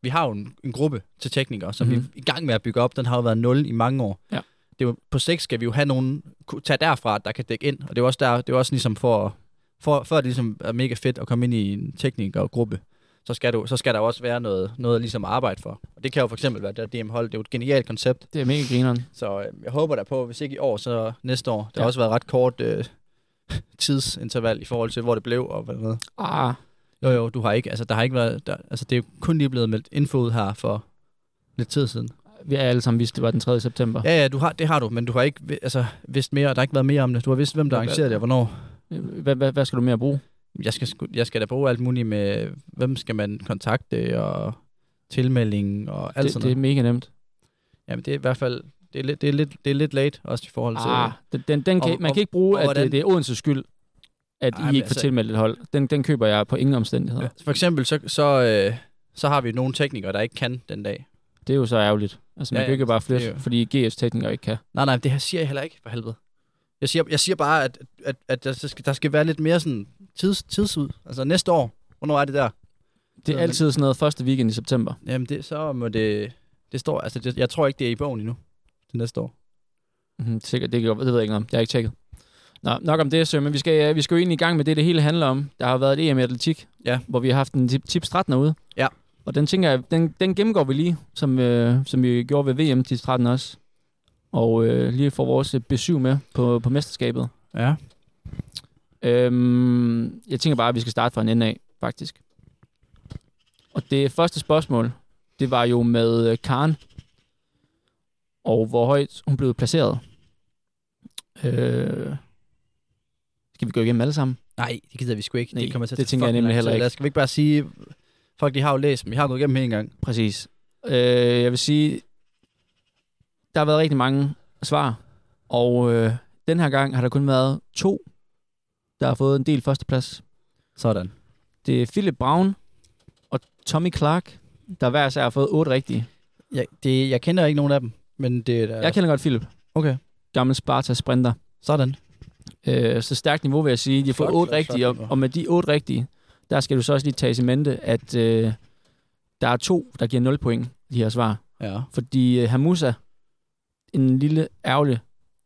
Vi har jo en, en gruppe til teknikere, som mm-hmm. Mhm. vi er i gang med at bygge op. Den har jo været nul i mange år. Ja. Det er jo, på sigt skal vi jo have nogen, ku- tage derfra, der kan dække ind. Og det er jo også, der, det er jo også ligesom for, for, før det ligesom er mega fedt at komme ind i en teknikergruppe, så skal, du, så skal der jo også være noget, noget ligesom at arbejde for. Og det kan jo for eksempel være det der DM-hold. Det er jo et genialt koncept. Det er mega grineren. Så øh, jeg håber da på, hvis ikke i år, så næste år. Det har Ja. også været ret kort øh, (laughs) tidsinterval i forhold til, hvor det blev og hvad med. Ah, Jo, jo, du har ikke, altså der har ikke været, der, altså det er jo kun lige blevet meldt info ud her for lidt tid siden. vi har alle sammen vidst, det var den 3. september. Ja, ja, du har, det har du, men du har ikke vi- altså, vidst mere, og der har ikke været mere om det. Du har vidst, hvem der Hvad- arrangerede det og hvornår. Hvad, hvad, hvad skal du mere bruge? Jeg skal, sgu- jeg skal da bruge alt muligt med, hvem skal man kontakte og tilmelding og alt Det, sådan det er noget. mega nemt. Jamen det er i hvert fald, det er, lidt, det er, lidt, det er lidt late også i forhold til... Ah, den, den, den kan, Og- man og- kan ikke bruge, og at øh, det, hvordan- det er Odenses skyld, at Ej, Ej, I men ikke får altså- tilmeldt et hold. Den, den køber jeg på ingen omstændigheder. Ja. Ja. For eksempel, så, så, øh, så har vi nogle teknikere, der ikke kan den dag. Det er jo så ærgerligt. Altså, man ja, Ja, kan jo ikke bare flytte, det er jo- fordi GF's teknikere ikke kan. Nej, nej, det her siger jeg heller ikke, for helvede. Jeg siger, jeg siger bare, at, at, at der, skal, der skal være lidt mere sådan tids, tidsud. Altså næste år, hvornår er det der? Det er Ja, men- altid sådan noget første weekend i september. Jamen, det, så må det... Det står, altså, det, jeg tror ikke, det er i bogen endnu til næste år. Mhm, Sikkert, det, kan, godt- det ved jeg ikke noget om. Jeg har ikke tjekket. Nå, nok om det, Søren, men vi skal, øh, vi skal jo egentlig i gang med det, det hele handler om. Der har været et EM i atletik, Ja. hvor vi har haft en tip, tips 13 ude. Ja. Og den tænker jeg, den, den gennemgår vi lige, som, øh, som vi gjorde ved VM tips 13 også. og øh, lige får vores øh, B7 med på, på mesterskabet. Ja. Øhm, jeg tænker bare, at vi skal starte fra en ende af, faktisk. Og det første spørgsmål, det var jo med øh, Karen, og hvor højt hun blev placeret. Øh, skal vi gå igennem alle sammen? Nej, det gider vi sgu ikke. Nej, det kommer til at det tage tænker jeg fucking nemlig lang heller tid. ikke. Lad os- Skal vi ikke bare sige, folk de har jo læst dem. Vi har gået igennem dem en gang. Præcis. Øh, jeg vil sige, der har været rigtig mange svar, og øh, den her gang har der kun været to, der har fået en del førsteplads. Sådan. Det er Philip Brown og Tommy Clark, der hver især har fået otte rigtige. Jeg, det, jeg kender ikke nogen af dem, men det er da... Ja. Jeg kender godt Philip, Okay, gammel Sparta-sprinter. sådan. Øh, så stærkt niveau, vil jeg sige. De har fået Flot, otte flot, rigtige, flot og, niveau. og med de otte rigtige, der skal du så også lige tage i mente, at øh, der er to, der giver 0 point, de her svar. Ja. Fordi uh, Hamusa, en lille ærgerlig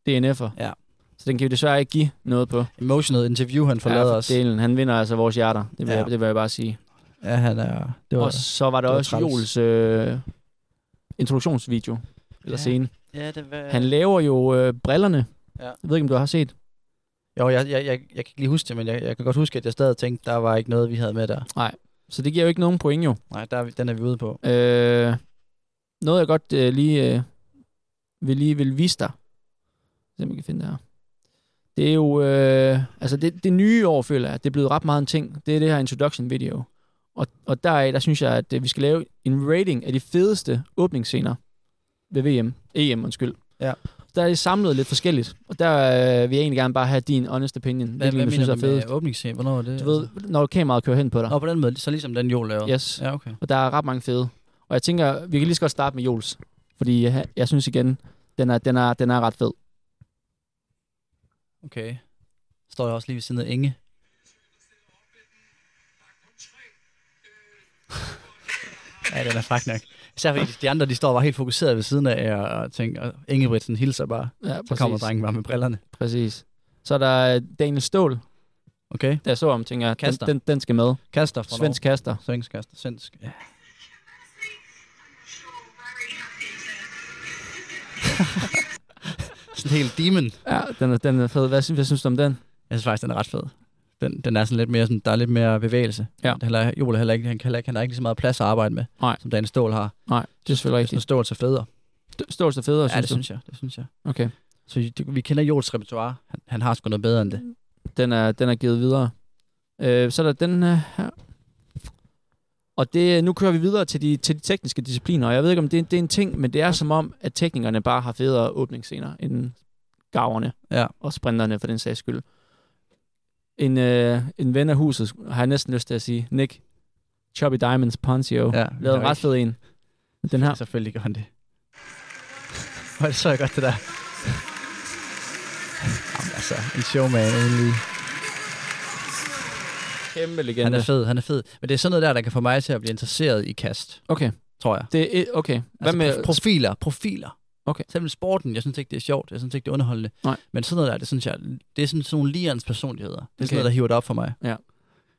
DNF'er, Ja. så den kan vi desværre ikke give noget på. Emotional interview, han forlader Ja, os. Delen, han vinder altså vores hjerter, det vil, ja. Ja. jeg, det vil jeg bare sige. Ja, han er... Det var, Og så var der det var også træls. Jols øh, introduktionsvideo, eller Ja. scene. ja, det var... Han laver jo øh, brillerne. Ja. Jeg ved ikke, om du har set. Jo, jeg, jeg, jeg, jeg kan ikke lige huske det, men jeg, jeg kan godt huske, at jeg stadig tænkte, der var ikke noget, vi havde med der. Så det giver jo ikke nogen point jo. Nej, der, er vi- den er vi ude på. Øh, noget jeg godt øh, lige, øh, vil lige vil vise dig. Se om jeg kan finde det her. Det er jo, øh, altså det, det nye år, føler jeg, det er blevet ret meget en ting. Det er det her introduction video. Og, og deraf, der synes jeg, at øh, vi skal lave en rating af de fedeste åbningsscener ved VM. EM, undskyld. Ja. Der er det samlet lidt forskelligt. Og der øh, vil jeg egentlig gerne bare have din honest opinion. Hvad, Hvad, hvilken, hvad du synes er mener du med fedest. åbningsscene? Hvornår er det? Du ved, når kameraet kører hen på dig. Nå, på den måde, så ligesom den Joel lavede. Yes. Ja, okay. Og der er ret mange fede. Og jeg tænker, vi kan lige så godt starte med Jules. Fordi jeg, jeg synes igen, den er, den, er, den er ret fed. Okay. Står der også lige ved siden af Inge. (laughs) ja, den er fræk nok. Især fordi de andre, de står bare helt fokuseret ved siden af jer og tænker, og Ingebrigtsen hilser bare. Ja, Så kommer drengen bare med brillerne. Præcis. Så er der øh, Daniel Stål, Okay. der så om, tænker, jeg, den, Kaster. den, den skal med. Kaster fra Svensk kaster. Norge. Svensk kaster. Svensk. (laughs) Ja. sådan helt demon. Ja, den er, den er fed. Hvad, sy- hvad synes du om den? Jeg synes faktisk, den er ret fed. Den, den er sådan lidt mere, sådan, der er lidt mere bevægelighed. Ja. Den Heller, Joel er heller ikke, han, kan heller ikke, han har ikke lige så meget plads at arbejde med, Nej. som Daniel Stål har. Nej, det er selvfølgelig Jeg synes, rigtigt. Stål er federe. Stål er federe, Ja, synes det du? synes jeg. Det synes jeg. Okay. Så det, vi kender Joels repertoire. Han, han har sgu noget bedre end det. Den er, den er givet videre. Øh, så er der den øh, her. Og det, øh, nu kører vi videre til de, til de tekniske discipliner, og jeg ved ikke, om det, det er en ting, men det er som om, at teknikerne bare har federe åbningsscener end gaverne Ja. og sprinterne for den sags skyld. En, øh, en ven af huset, har jeg næsten lyst til at sige, Nick Chubby Diamonds Poncio, Ja, lavede en ret fed en. Den her. Selvfølgelig gør han det. Hvor er det så jeg godt, det der. Jamen, altså, en showman egentlig. Kæmpe Han legende. er fed, han er fed. Men det er sådan noget der, der kan få mig til at blive interesseret i kast, Okay, tror jeg. det er, okay. Hvad Altså, med, med profiler, profiler. Okay. Selvom sporten, jeg synes ikke, det er sjovt. Jeg synes ikke, det er underholdende. Nej. Men sådan noget der, det synes jeg, det er sådan, sådan nogle lirens personligheder. Det er okay. Okay. sådan noget, der hiver det op for mig. Ja.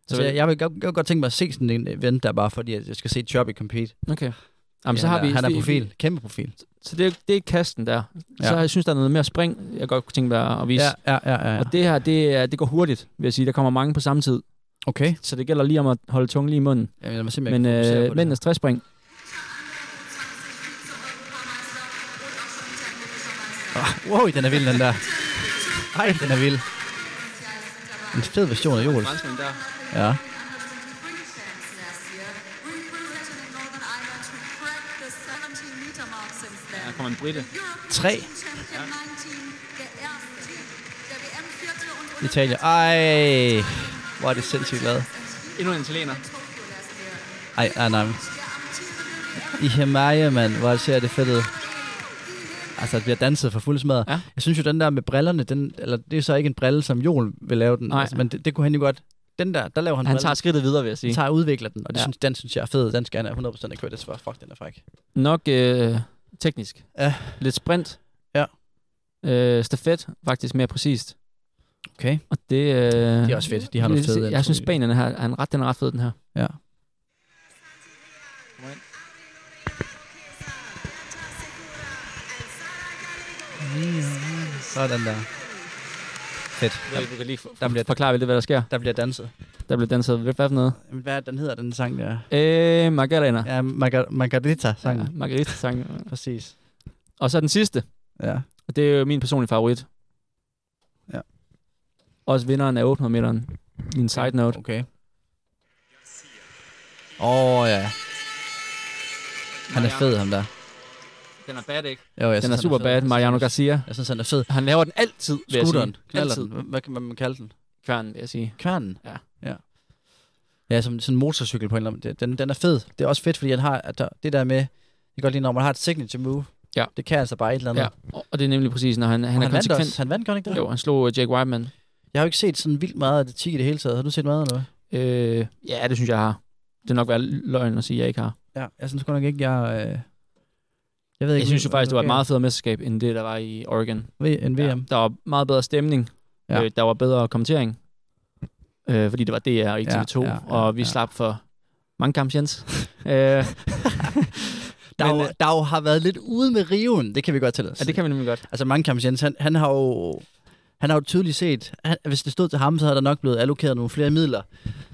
Så jeg, jeg vil godt, godt, godt tænke mig at se sådan en event, der bare fordi, at jeg skal se Chubby compete. okay. Jamen, så han har er, vi, Han er vi- profil. Kæmpe profil. Så det, er- det er kasten der. Ja. Ja. Så jeg synes, der er noget mere spring, jeg godt kunne tænke mig at vise. Ja. ja, ja, ja. Og det her, det, er- det går hurtigt, vil jeg sige. Der kommer mange på samme tid. Okay. Så det gælder lige om at holde tungen lige i munden. Jamen, lad mig se, om jeg Men kan fokusere på øh, det mændenes træspring, her. Wow, den er vild, den der. (laughs) Ej, den er vild. En fed version af Joel. Ja. der kommer en britte. Tre. Italien. Ej, hvor er det sindssygt glad. Endnu en italiener. Ej, nej, nej. I Himalaya, mand, hvor ser det fedt ud. Altså, der bliver danset for fuld smadret. Ja. Jeg synes jo, den der med brillerne, den, eller det er så ikke en brille, som Joel vil lave den. Nej. Altså, men det, det, kunne han jo godt. Den der, der laver han, Han brillen. tager skridtet videre, vil jeg sige. tager og udvikler den, og det Ja. ja. synes, den synes jeg er fed. Den skal han have 100% af credits for. Fuck, den er fræk. Nok øh, teknisk. Ja. Lidt sprint. Ja. Øh, stafet, faktisk mere præcist. Okay. Og det, øh, det Det er også fedt. De har nogle fede. Jeg synes, Spanien er, er en ret, den er ret fed, den her. Ja. Sådan der. Fedt. Der, Du kan lige der, bliver, forklare lidt, hvad der sker. der bliver danset. Der bliver danset. Hvad for noget? Jamen, Hvad er den hedder, den sang der? Øh, Margarina. Ja, Margar- Margarita-sangen. Ja, Margarita-sangen. Præcis. Og så den sidste. Ja. Og det er jo min personlige favorit. Ja. Også vinderen af 800 meteren. I en side note. Okay. Åh, oh, ja. Han er fed, ham der. Den er bad, ikke? Jo, jeg Den er synes, han super fed. bad. Mariano Jeg synes- Garcia. Jeg synes, han er fed. Han laver den altid, vil jeg Scooteren. sige. Knalleren. Altid. Hvad- Hvad kan man kalde den? Kværnen, vil jeg sige. Kværnen? Ja. Ja, ja som sådan en motorcykel på en eller anden måde. Den, den er fed. Det er også fedt, fordi han har at der, det der med, det kan godt lide, når man har et signature move. Ja. Det kan altså bare et eller andet. Ja. Og- Og det er nemlig præcis, når han, han, Han, er han vandt konsekvent. også. Han vandt godt ikke det? Jo, han slog øh, Jake Whiteman. Jeg har jo ikke set sådan vildt meget af det i det hele taget. Har du set meget eller hvad? Øh, ja, det synes jeg, jeg har. Det er nok være løgn at sige, at jeg ikke har. Ja, jeg synes godt nok ikke, jeg... Øh... Jeg ved ikke, Jeg synes jo hvad- faktisk, det var et hvad- meget federe mesterskab, end det, der var i Oregon. V- en VM. Ja, der var meget bedre stemning. Ja. Ja. Øh, der var bedre kommentering. Øh, fordi det var DR og ikke Ja, TV2, ja, ja, ja, ja, og vi ja. slap for mange kampe, Jens. (laughs) øh, ja, Der, Men, jo, øh, der jo har været lidt ude med riven. Det kan vi godt til os. det kan vi nemlig godt. Altså, mange Jens, han, han har jo... Han har jo tydeligt set, han, hvis det stod til ham, så havde der nok blevet allokeret nogle flere midler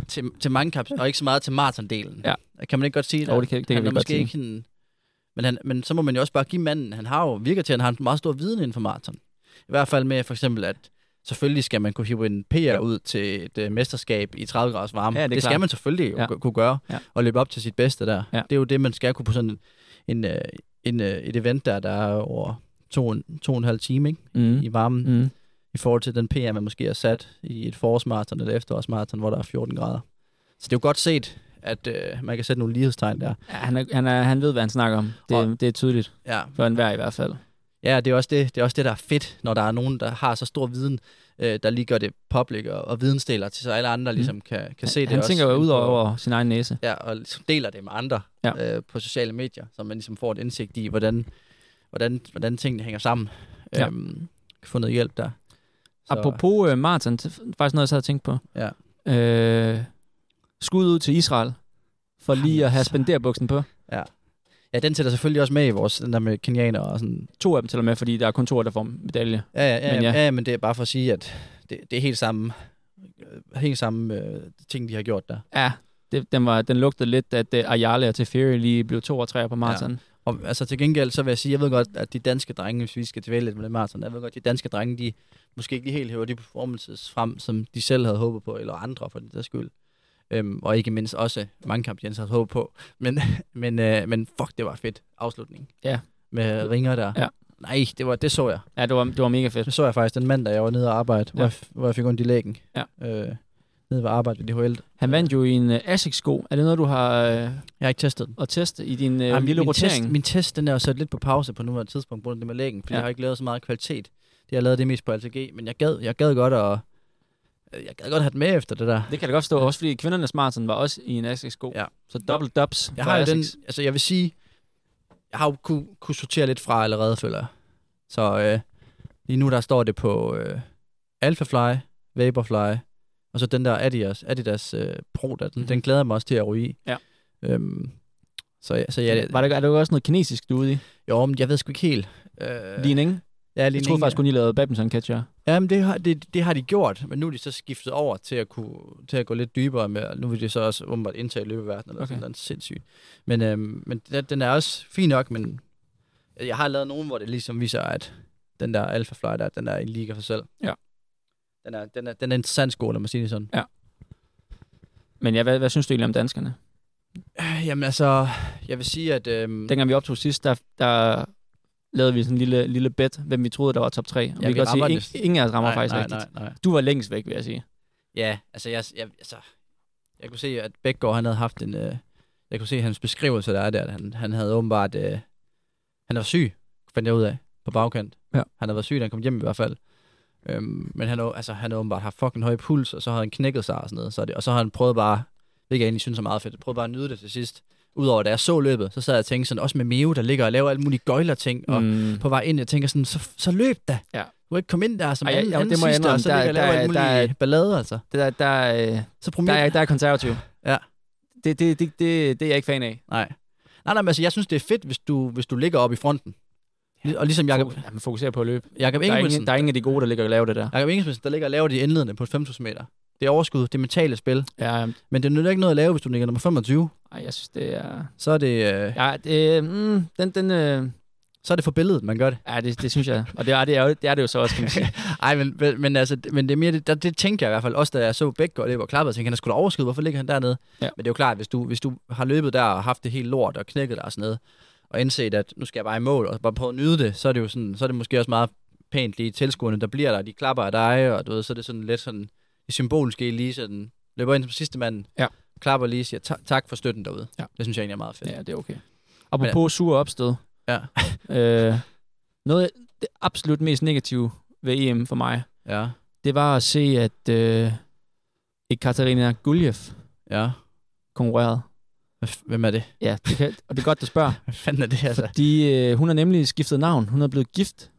til, til mange kamp, og ikke så meget til maratondelen. Ja. Kan man ikke godt sige det? Jo, det kan- det kan han vi er godt måske sige. Ikke en, men, han, men så må man jo også bare give manden, han har jo, virker til, at han har en meget stor viden inden for maraton. I hvert fald med for eksempel, at selvfølgelig skal man kunne hive en PR ud til et uh, mesterskab i 30 graders varme. Ja, det er det skal klart. man selvfølgelig ja. Ja. kunne gøre, ja. Ja. og løbe op til sit bedste der. Ja. Det er jo det, man skal kunne på sådan en, en, øh, en, øh, et event, der, der er over to, og en- to og en halv time ikke? Mm. i varmen, mm. Mm. i forhold til den PR, man måske har sat i et forårsmarathon eller et efterårsmarathon, hvor der er 14 grader. Så det er jo godt set, at øh, man kan sætte nogle lighedstegn der. Ja, han, er, han, er, han ved, hvad han snakker om. Det, Og- det er tydeligt. Ja, For enhver i hvert fald. ja det, er også det, det er også det, der er fedt, når der er nogen, der har så stor viden, øh, der lige gør det public og, og vidensdeler til, så alle andre ligesom kan, kan se Mm. han det også. tænker jo inde ud på- over sin egen næse. Ja, og ligesom deler det med andre ja. Ja. øh, på sociale medier, så man ligesom får et indsigt i, hvordan, hvordan, hvordan tingene hænger sammen. Ja. Ja. Øhm, kan få noget hjælp der. Så. Apropos øh, Martin, det er faktisk noget, jeg sad og tænkte på. Ja. Øh, skud ud til Israel, for lige Jamen, at have så- spenderbuksen på. Ja, den tæller selvfølgelig også med i vores, den der med kenianer og sådan. To af dem tæller med, fordi der er kun to, der får medalje. Ja, ja, ja, men, Men ja. ja. ja, men det er bare for at sige, at det, det er helt samme, øh, helt samme øh, ting, de har gjort der. Ja, det, den, var, den lugtede lidt, at uh, Ayala og Teferi lige blev to og tre på maraton. Ja. Og altså til gengæld, så vil jeg sige, jeg ved godt, at de danske drenge, hvis vi skal tilbage lidt med det maraton, jeg ved godt, at de danske drenge, de måske ikke lige helt hæver de performances frem, som de selv havde håbet på, eller andre for den der skyld. Øhm, og ikke mindst også mange kamp, Jens havde håbet på. Men, (laughs) men, øh, men fuck, det var fedt afslutning. Ja. Med ringer der. Ja. Nej, det, var, det så jeg. ja, det var, det var mega fedt. Det så jeg faktisk den mandag, jeg var nede og arbejde, ja. hvor, Ja. jeg, f- hvor jeg fik ondt i lægen. Ja. Øh, nede ved arbejde ved DHL. Han vandt jo i en uh, Asics-sko. Er det noget, du har uh, Jeg har ikke testet den. at teste i din uh, Ej, Jamen, lille min rotering? Test, min test, den er jo sat lidt på pause på nuværende tidspunkt, på grund af det med lægen, fordi ja. Ja. jeg har ikke lavet så meget kvalitet. Det har lavet det mest på LTG, men jeg gad, jeg gad godt at... Jeg gad godt have den med efter det der. Det kan jeg godt stå, også fordi kvindernes maraton var også i en Asics-sko. Ja. Så dobbelt dubs Jeg for har jo den, Asics. altså jeg vil sige, jeg har jo kunne, kunne sortere lidt fra allerede, føler jeg. Så øh, lige nu der står det på øh, Alphafly, Vaporfly, og så den der Adidas, Adidas øh, Pro, der, den, mm-hmm. den glæder jeg mig også til at ryge i. Mhm. Ja. Øhm, så, så jeg, Var der, er der jo også noget kinesisk, du er ude i? jo, men jeg ved sgu ikke helt. Øh, Øh, Ligning? ja, Jeg ligning, troede faktisk ja. kun, I lavede badminton-catcher. Jamen, det har, det, det har de gjort, men nu er de så skiftet over til at, kunne, til at gå lidt dybere med, og nu vil de så også åbenbart indtage løbeverdenen, eller Okay. okay. sådan noget sindssygt. Men, øhm, men den, den er også fin nok, men jeg har lavet nogen, hvor det ligesom viser, at den der Alpha Fly, der, den er en liga for sig selv. Ja. Den er, den er, den er en sand skole, lad mig sige det sådan. Men ja, hvad, hvad synes du egentlig om danskerne? Øh, Jamen altså, jeg vil sige, at... Øhm, Dengang vi optog sidst, der, der lavede vi sådan en lille, lille bet, hvem vi troede, der var top 3. Og Ja, vi vi kan godt sige, rammer at det. ingen, ingen af os rammer nej, faktisk nej, rigtigt. nej, nej. Du var længst væk, vil jeg sige. Ja, altså jeg, jeg, altså, jeg kunne se, at Bækgaard, han havde haft en, øh, jeg kunne se hans beskrivelse, der er der, at han, han havde åbenbart, øh, han var syg, fandt jeg ud af, på bagkant. Ja. Han havde været syg, da han kom hjem i hvert fald. Øhm, men han, har- altså, han har åbenbart haft fucking høj puls, og så har han knækket sig og sådan noget. Så det, og så har han prøvet bare, hvilket jeg egentlig synes er meget fedt, prøvet bare at nyde det til sidst. Udover da jeg så løbet, så sad jeg og tænkte sådan, også med Meo, der ligger og laver alle mulige gøjler-ting, og Mm. på vej ind, jeg tænker sådan, så, så løb da. Ja. Du kan ikke komme ind der som Ej, Ej, ja, anden, ja, anden det må jeg sidste, og indrømme. så ligger Der- og laver der- alle mulige der- ballader, altså. Det der, der, øh, Så der, promille... er, der er konservativ. Ja. Det, det, det, det, det er jeg ikke fan af. Nej. Nej, nej, men altså, jeg synes, det er fedt, hvis du, hvis du ligger op i fronten. Li- Og ligesom Jakob, Ja, man fokuserer på at løbe. Jakob Der er, Ingebrigtsen, ingen, der er ingen af de gode, der ligger og laver det der. Jakob Ingebrigtsen, der ligger og laver de indledende på 5.000 meter. Det er overskud, det er mentale spil. Ja, Men det nytter ikke noget at lave, hvis du ligger nummer 25. ej, jeg synes, det er... Så er det, øh, Ja, det, mm, den, den, øh, så er det for billedet, man gør det. ja, det, det synes jeg. Og det er det, er, jo- det, er det jo så også, kan man sige. (laughs) Ej, men, men, men, altså, det- men det, er mere, det, der, det tænkte jeg i hvert fald også, da jeg så Bæk og løb og klappede, og tænkte, han er sgu da overskud, hvorfor ligger han dernede? Ja. Men det er jo klart, hvis du, hvis du har løbet der og haft det helt lort og knækket dig og sådan noget, og indset, at nu skal jeg bare i mål og bare prøve at nyde det, så er det jo sådan, så er det måske også meget pænt lige tilskuerne, der bliver der, de klapper af dig, og du ved, så er det sådan lidt sådan, i symbolske lige sådan, løber ind som sidste mand, Ja. klapper lige og siger, "Ta- tak for støtten derude. Ja. Det synes jeg egentlig er meget fedt. Ja, det er okay. Apropos sur opstød. Ja. (laughs) øh, noget af det absolut mest negative ved EM for mig, Ja, det var at se, at øh, Ekaterina Guljev ja. konkurrerede. Hvad- Hvem er det? Ja, det kan, og det er godt, du spørger. Hvad fanden er det, altså? De, øh, hun har nemlig skiftet navn. Hun er blevet gift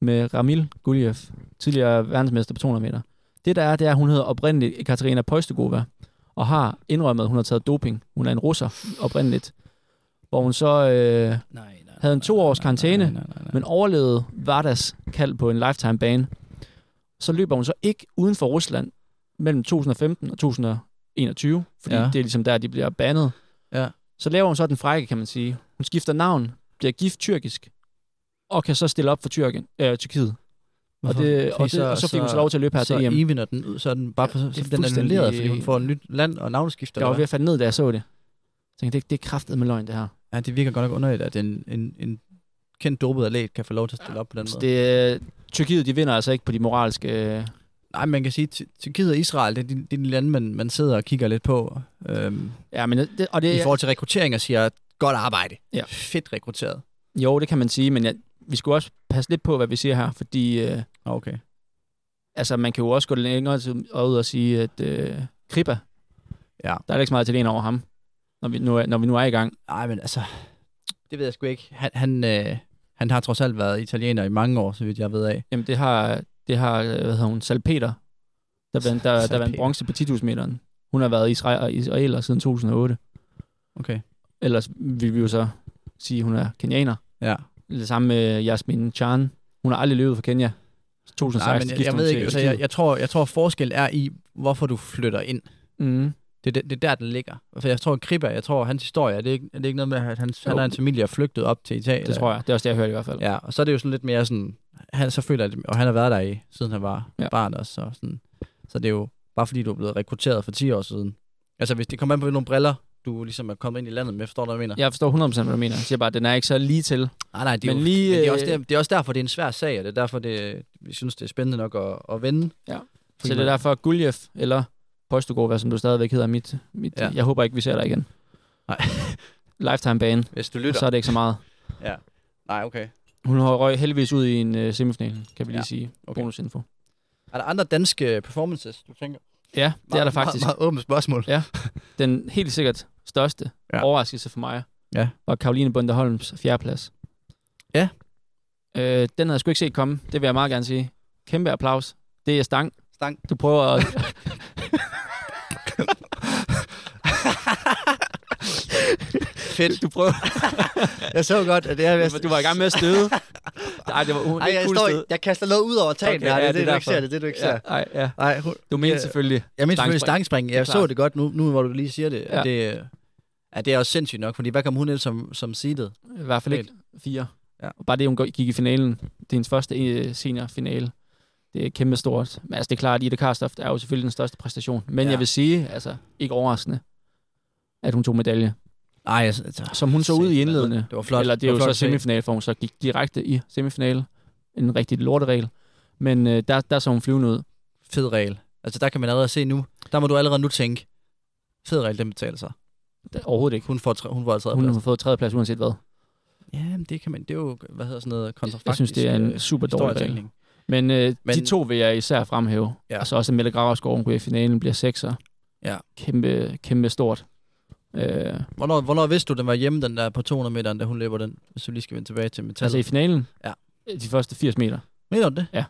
med Ramil Guljev, tidligere verdensmester på 200 meter. Det der er, det er, at hun hedder oprindeligt Katarina Poistegova, og har indrømmet, at hun har taget doping. Hun er en russer oprindeligt. Hvor hun så øh, Nej, nej, nej, havde en to års karantæne, nej, nej, nej, nej. men overlevede hverdagskald på en lifetime-bane. Så løber hun så ikke uden for Rusland mellem 2015 og 2021, fordi Ja. ja. det er ligesom der, de bliver bandet. Ja. Så laver hun så den frække, kan man sige. Hun skifter navn, bliver gift tyrkisk, og kan så stille op for Tyrkien, øh, Tyrkiet. Og, Hvorfor? det, Fordi og, det, og så fik hun så lov til at løbe her så E til E EM. Så eviner den ud, så er den bare for, så er er den fuldstændig- annulleret, fordi hun får et nyt land og navnskifter. Jeg var eller ved hvad? at falde ned, da jeg så det. Jeg tænkte, det, det er kraftet med løgn, det her. Ja, det virker godt nok underligt, at en, en, en kendt dopet atlet kan få lov til at stille op på den Så måde. det, øh, Tyrkiet, de vinder altså ikke på de moralske... Øh, Nej, man kan sige, at Tyrkiet og Israel, det er de, det er de lande, man, man sidder og kigger lidt på. Øhm, ja, men det, og det, I forhold til rekruttering og siger, godt arbejde. Ja. Fedt rekrutteret. Jo, det kan man sige, men jeg, vi skulle også passe lidt på, hvad vi siger her, fordi øh, Ah, Okay. altså, man kan jo også gå længere til, og ud og sige, at øh, Kripa, Ja. der er ikke så meget italiener over ham, når vi nu er, når vi nu er i gang. Nej, men altså, det ved jeg sgu ikke. Han, han, øh, han har trods alt været italiener i mange år, så vidt jeg ved af. Jamen, det har, det har øh, hvad hedder hun, Salpeter, der vandt, der, der vandt Salpeter. bronze på 10.000 meteren. Hun har været israel, israeler siden 2008. Okay. Ellers vil vi jo så sige, at hun er kenianer. Ja. Det samme med Jasmin Chan. Hun har aldrig løbet for Kenya. 2016 Nej, men jeg, skiftede jeg hun ved til ikke, altså, jeg, Tyrkiet. jeg, tror, jeg tror, forskel er i, hvorfor du flytter ind. mm. Det, er det, det er der, den ligger. For jeg tror, Kribber, jeg tror, hans historie, er det ikke, er det ikke noget med, at han, han Jo. har en familie og flygtet op til Italien? Det tror jeg. Det er også det, jeg hørte i hvert fald. Ja, og så er det jo sådan lidt mere sådan, han, så føler jeg, det- og han har været der i, siden han var Ja. ja. barn også, så, sådan, så det er jo bare fordi, du er blevet rekrutteret for 10 år siden. Altså, hvis det kommer an på nogle briller, du ligesom er kommet ind i landet med, forstår du, hvad jeg mener? Jeg forstår 100% hvad du mener. Jeg siger bare, at den er ikke så lige til. Nej, nej, det er, Men jo, lige, lige, men det, er også øh, der, det er også derfor, det er en svær sag, og det er derfor, det, vi synes, det er spændende nok at, at vende. Ja. Fordi Så det er man- derfor Guljev, eller Postugova, som du stadigvæk hedder, mit, mit ja. Ja. jeg håber ikke, vi ser dig igen. (laughs) Nej. Lifetime-bane, Hvis du og lytter. så er det ikke så meget. Nej, okay. Hun har røg heldigvis ud i en uh, semifinal, kan vi lige Ja, sige. Okay. okay. Bonusinfo. Er der andre danske performances, du tænker? Ja, det er der faktisk. Meget, meget åbent spørgsmål. Den helt sikkert største ja. Ja. overraskelse for mig Ja. var Karoline Bunderholms fjerdeplads. Ja. Øh, den havde jeg sgu ikke set komme. Det vil jeg meget gerne sige. Kæmpe applaus. Det er stang. Stang. Du prøver at... (laughs) Fedt. (laughs) Du prøver. jeg så godt, at det er... Jeg, Du var i gang med at (laughs) støde. Nej, det var hun. Ej, jeg, står, jeg kaster noget ud over taget Okay, okay, her. ja, Det er det er det, du ikke derfor. ser. Det er det, du ikke Ja, ej, ser. ja. Ej, hun, Du mener Øh, selvfølgelig. jeg mener selvfølgelig Stangspring. stangspring. Det er Jeg så klart. det godt nu, nu hvor du lige siger det. Ja. Ja. det øh, at det er også sindssygt nok, fordi hvad kom hun ind som, som seedet? I hvert fald ikke fire. Ja. Ja. Og bare det, hun går- gik i finalen. Det er hendes første øh, seniorfinale. Det er kæmpe stort. Men altså, det er klart, at Ida Karstoft er jo selvfølgelig den største præstation. Men ja. Ja. jeg vil sige, altså, ikke overraskende, at hun tog medalje. Ej, altså, altså, Som hun så ud i Sæt, indledende. mand. Det var flot. Eller det er var jo flot så at se. semifinal, for hun så gik direkte i semifinale. En rigtig lorteregel. Men øh, der, der så hun flyvende ud. Fed regel. Altså, der kan man allerede se nu. Der må du allerede nu tænke, fed regel, den betaler sig. Der- Overhovedet ikke. Hun får, tre, hun får altså Hun har fået tredjeplads uanset hvad. Ja, men det kan man. Det er jo, hvad hedder sådan noget, kontrafaktisk Jeg synes, det er en øh, super dårlig regel. historietænkning. Men, øh, Men Men- de to vil jeg især fremhæve. Ja. Ja. Altså også, at Mette Graverskov, hun går i finalen, bliver sekser. Ja. Kæmpe, kæmpe stort. Øh, Hvornår, hvornår vidste du, den var hjemme, den der på 200 meter, da hun løber den? Hvis vi lige skal vende tilbage til metallet. altså i Altså, finalen, Ja. de første 80 meter. Mener du det?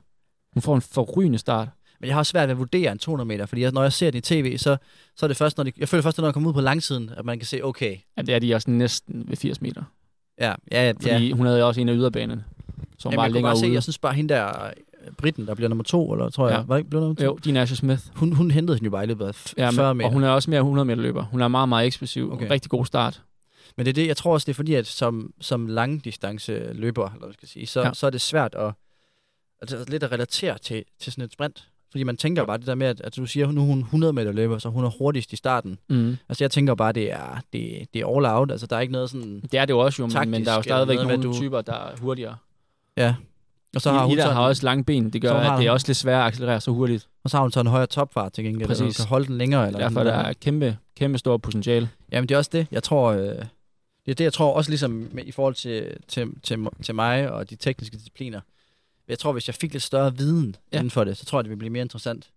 Hun får en forrygende start. Men jeg har også svært ved at vurdere en 200 meter, fordi jeg, når jeg ser den i tv, så, så er det først, når det, jeg føler først, når den kommer ud på langsiden, at man kan se, okay, Ja, det er de også næsten ved 80 meter. Ja, ja, ja. Fordi hun havde jo også en af yderbanerne, som Jamen, var jeg kunne længere bare se, ude. jeg synes bare, hende der, øh, Britten, der bliver nummer to, eller tror jeg, Ja. var det ikke blevet nummer to? Jo, din Asher Smith. Hun, hun hentede hende jo bare i løbet af f- Ja, 40 men, meter. og hun er også mere 100 meter løber. Hun er meget, meget eksplosiv. Okay. Okay. Rigtig god start. Men det er det, jeg tror også, det er fordi, at som, som langdistance løber, eller hvad man skal sige, så, ja. Ja. så er det svært at, altså, lidt at relatere til, til sådan et sprint. Fordi man tænker bare det der med, at, at du siger, nu er hun 100 meter løber, så hun er hurtigst i starten. Mm. Altså jeg tænker bare, det er, det, det er all out. Altså der er ikke noget sådan... Det er det jo også jo, men, Taktisk men der er jo eller stadigvæk noget nogle med, du... du- typer, der er hurtigere. Ja. Og så Så har, har hun Ida sådan, har også lange ben. Det gør, Så har at det er hun- også lidt sværere at accelerere så hurtigt. og så har hun så en højere topfart til gengæld, Præcis. og hun Præcis. kan holde den længere. Eller Derfor er sådan der kæmpe, kæmpe stort potentiale. Jamen det er også det. Jeg tror, øh, det er det, jeg tror også ligesom med, i forhold til, til, til, til mig og de tekniske discipliner. Jeg tror, hvis jeg fik lidt større viden ja. Ja. inden for det, så tror jeg, det ville blive mere interessant.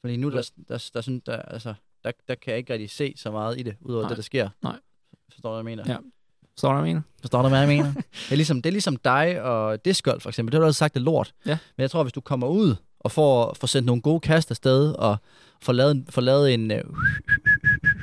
Fordi nu, der, der, der, synes, der, altså, der, der kan jeg ikke rigtig se så meget i det, udover Nej. det, der sker. Nej. Forstår du, hvad jeg mener? Ja. Står der, hvad jeg mener? Forstår du, hvad jeg mener? (laughs) det, er ligesom, det er ligesom dig og discgolf, for eksempel. Det har du også sagt, det er lort. Ja. Men jeg tror, hvis du kommer ud og får, får sendt nogle gode kast afsted, og får lavet, en- får lavet en, øh,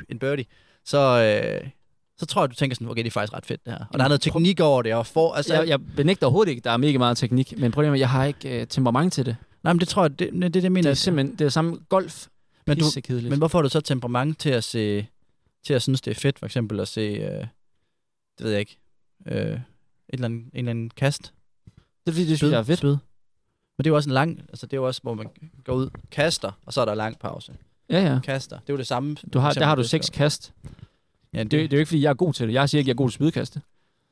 en birdie, så, øh, så tror jeg, du tænker sådan, okay, det er faktisk ret fedt det her. Og der er noget teknik over det, og for, altså, Jeg, jeg benægter overhovedet ikke, der er mega meget teknik, men problemet er, at jeg har ikke øh, temperament til det. nej, men det tror jeg, det, det, er det, jeg mener. Det er simpelthen det er samme golf. men, du, Pissekedeligt. men hvorfor har du så temperament til at se, til at synes, det er fedt, for eksempel at se, øh, det ved jeg ikke, øh, et eller andet, en eller anden kast? det er fordi, det synes Spyd, jeg er fedt. spyd. Men det er jo også en lang, altså det er jo også, hvor man går ud, kaster, og så er der lang pause. Ja, ja. Kaster, det er jo det samme. Du har, eksempel, der har du det seks skal- kast. Ja, Det, det er jo ikke, fordi jeg er god til det. Jeg siger ikke, at jeg er god til spydkaste.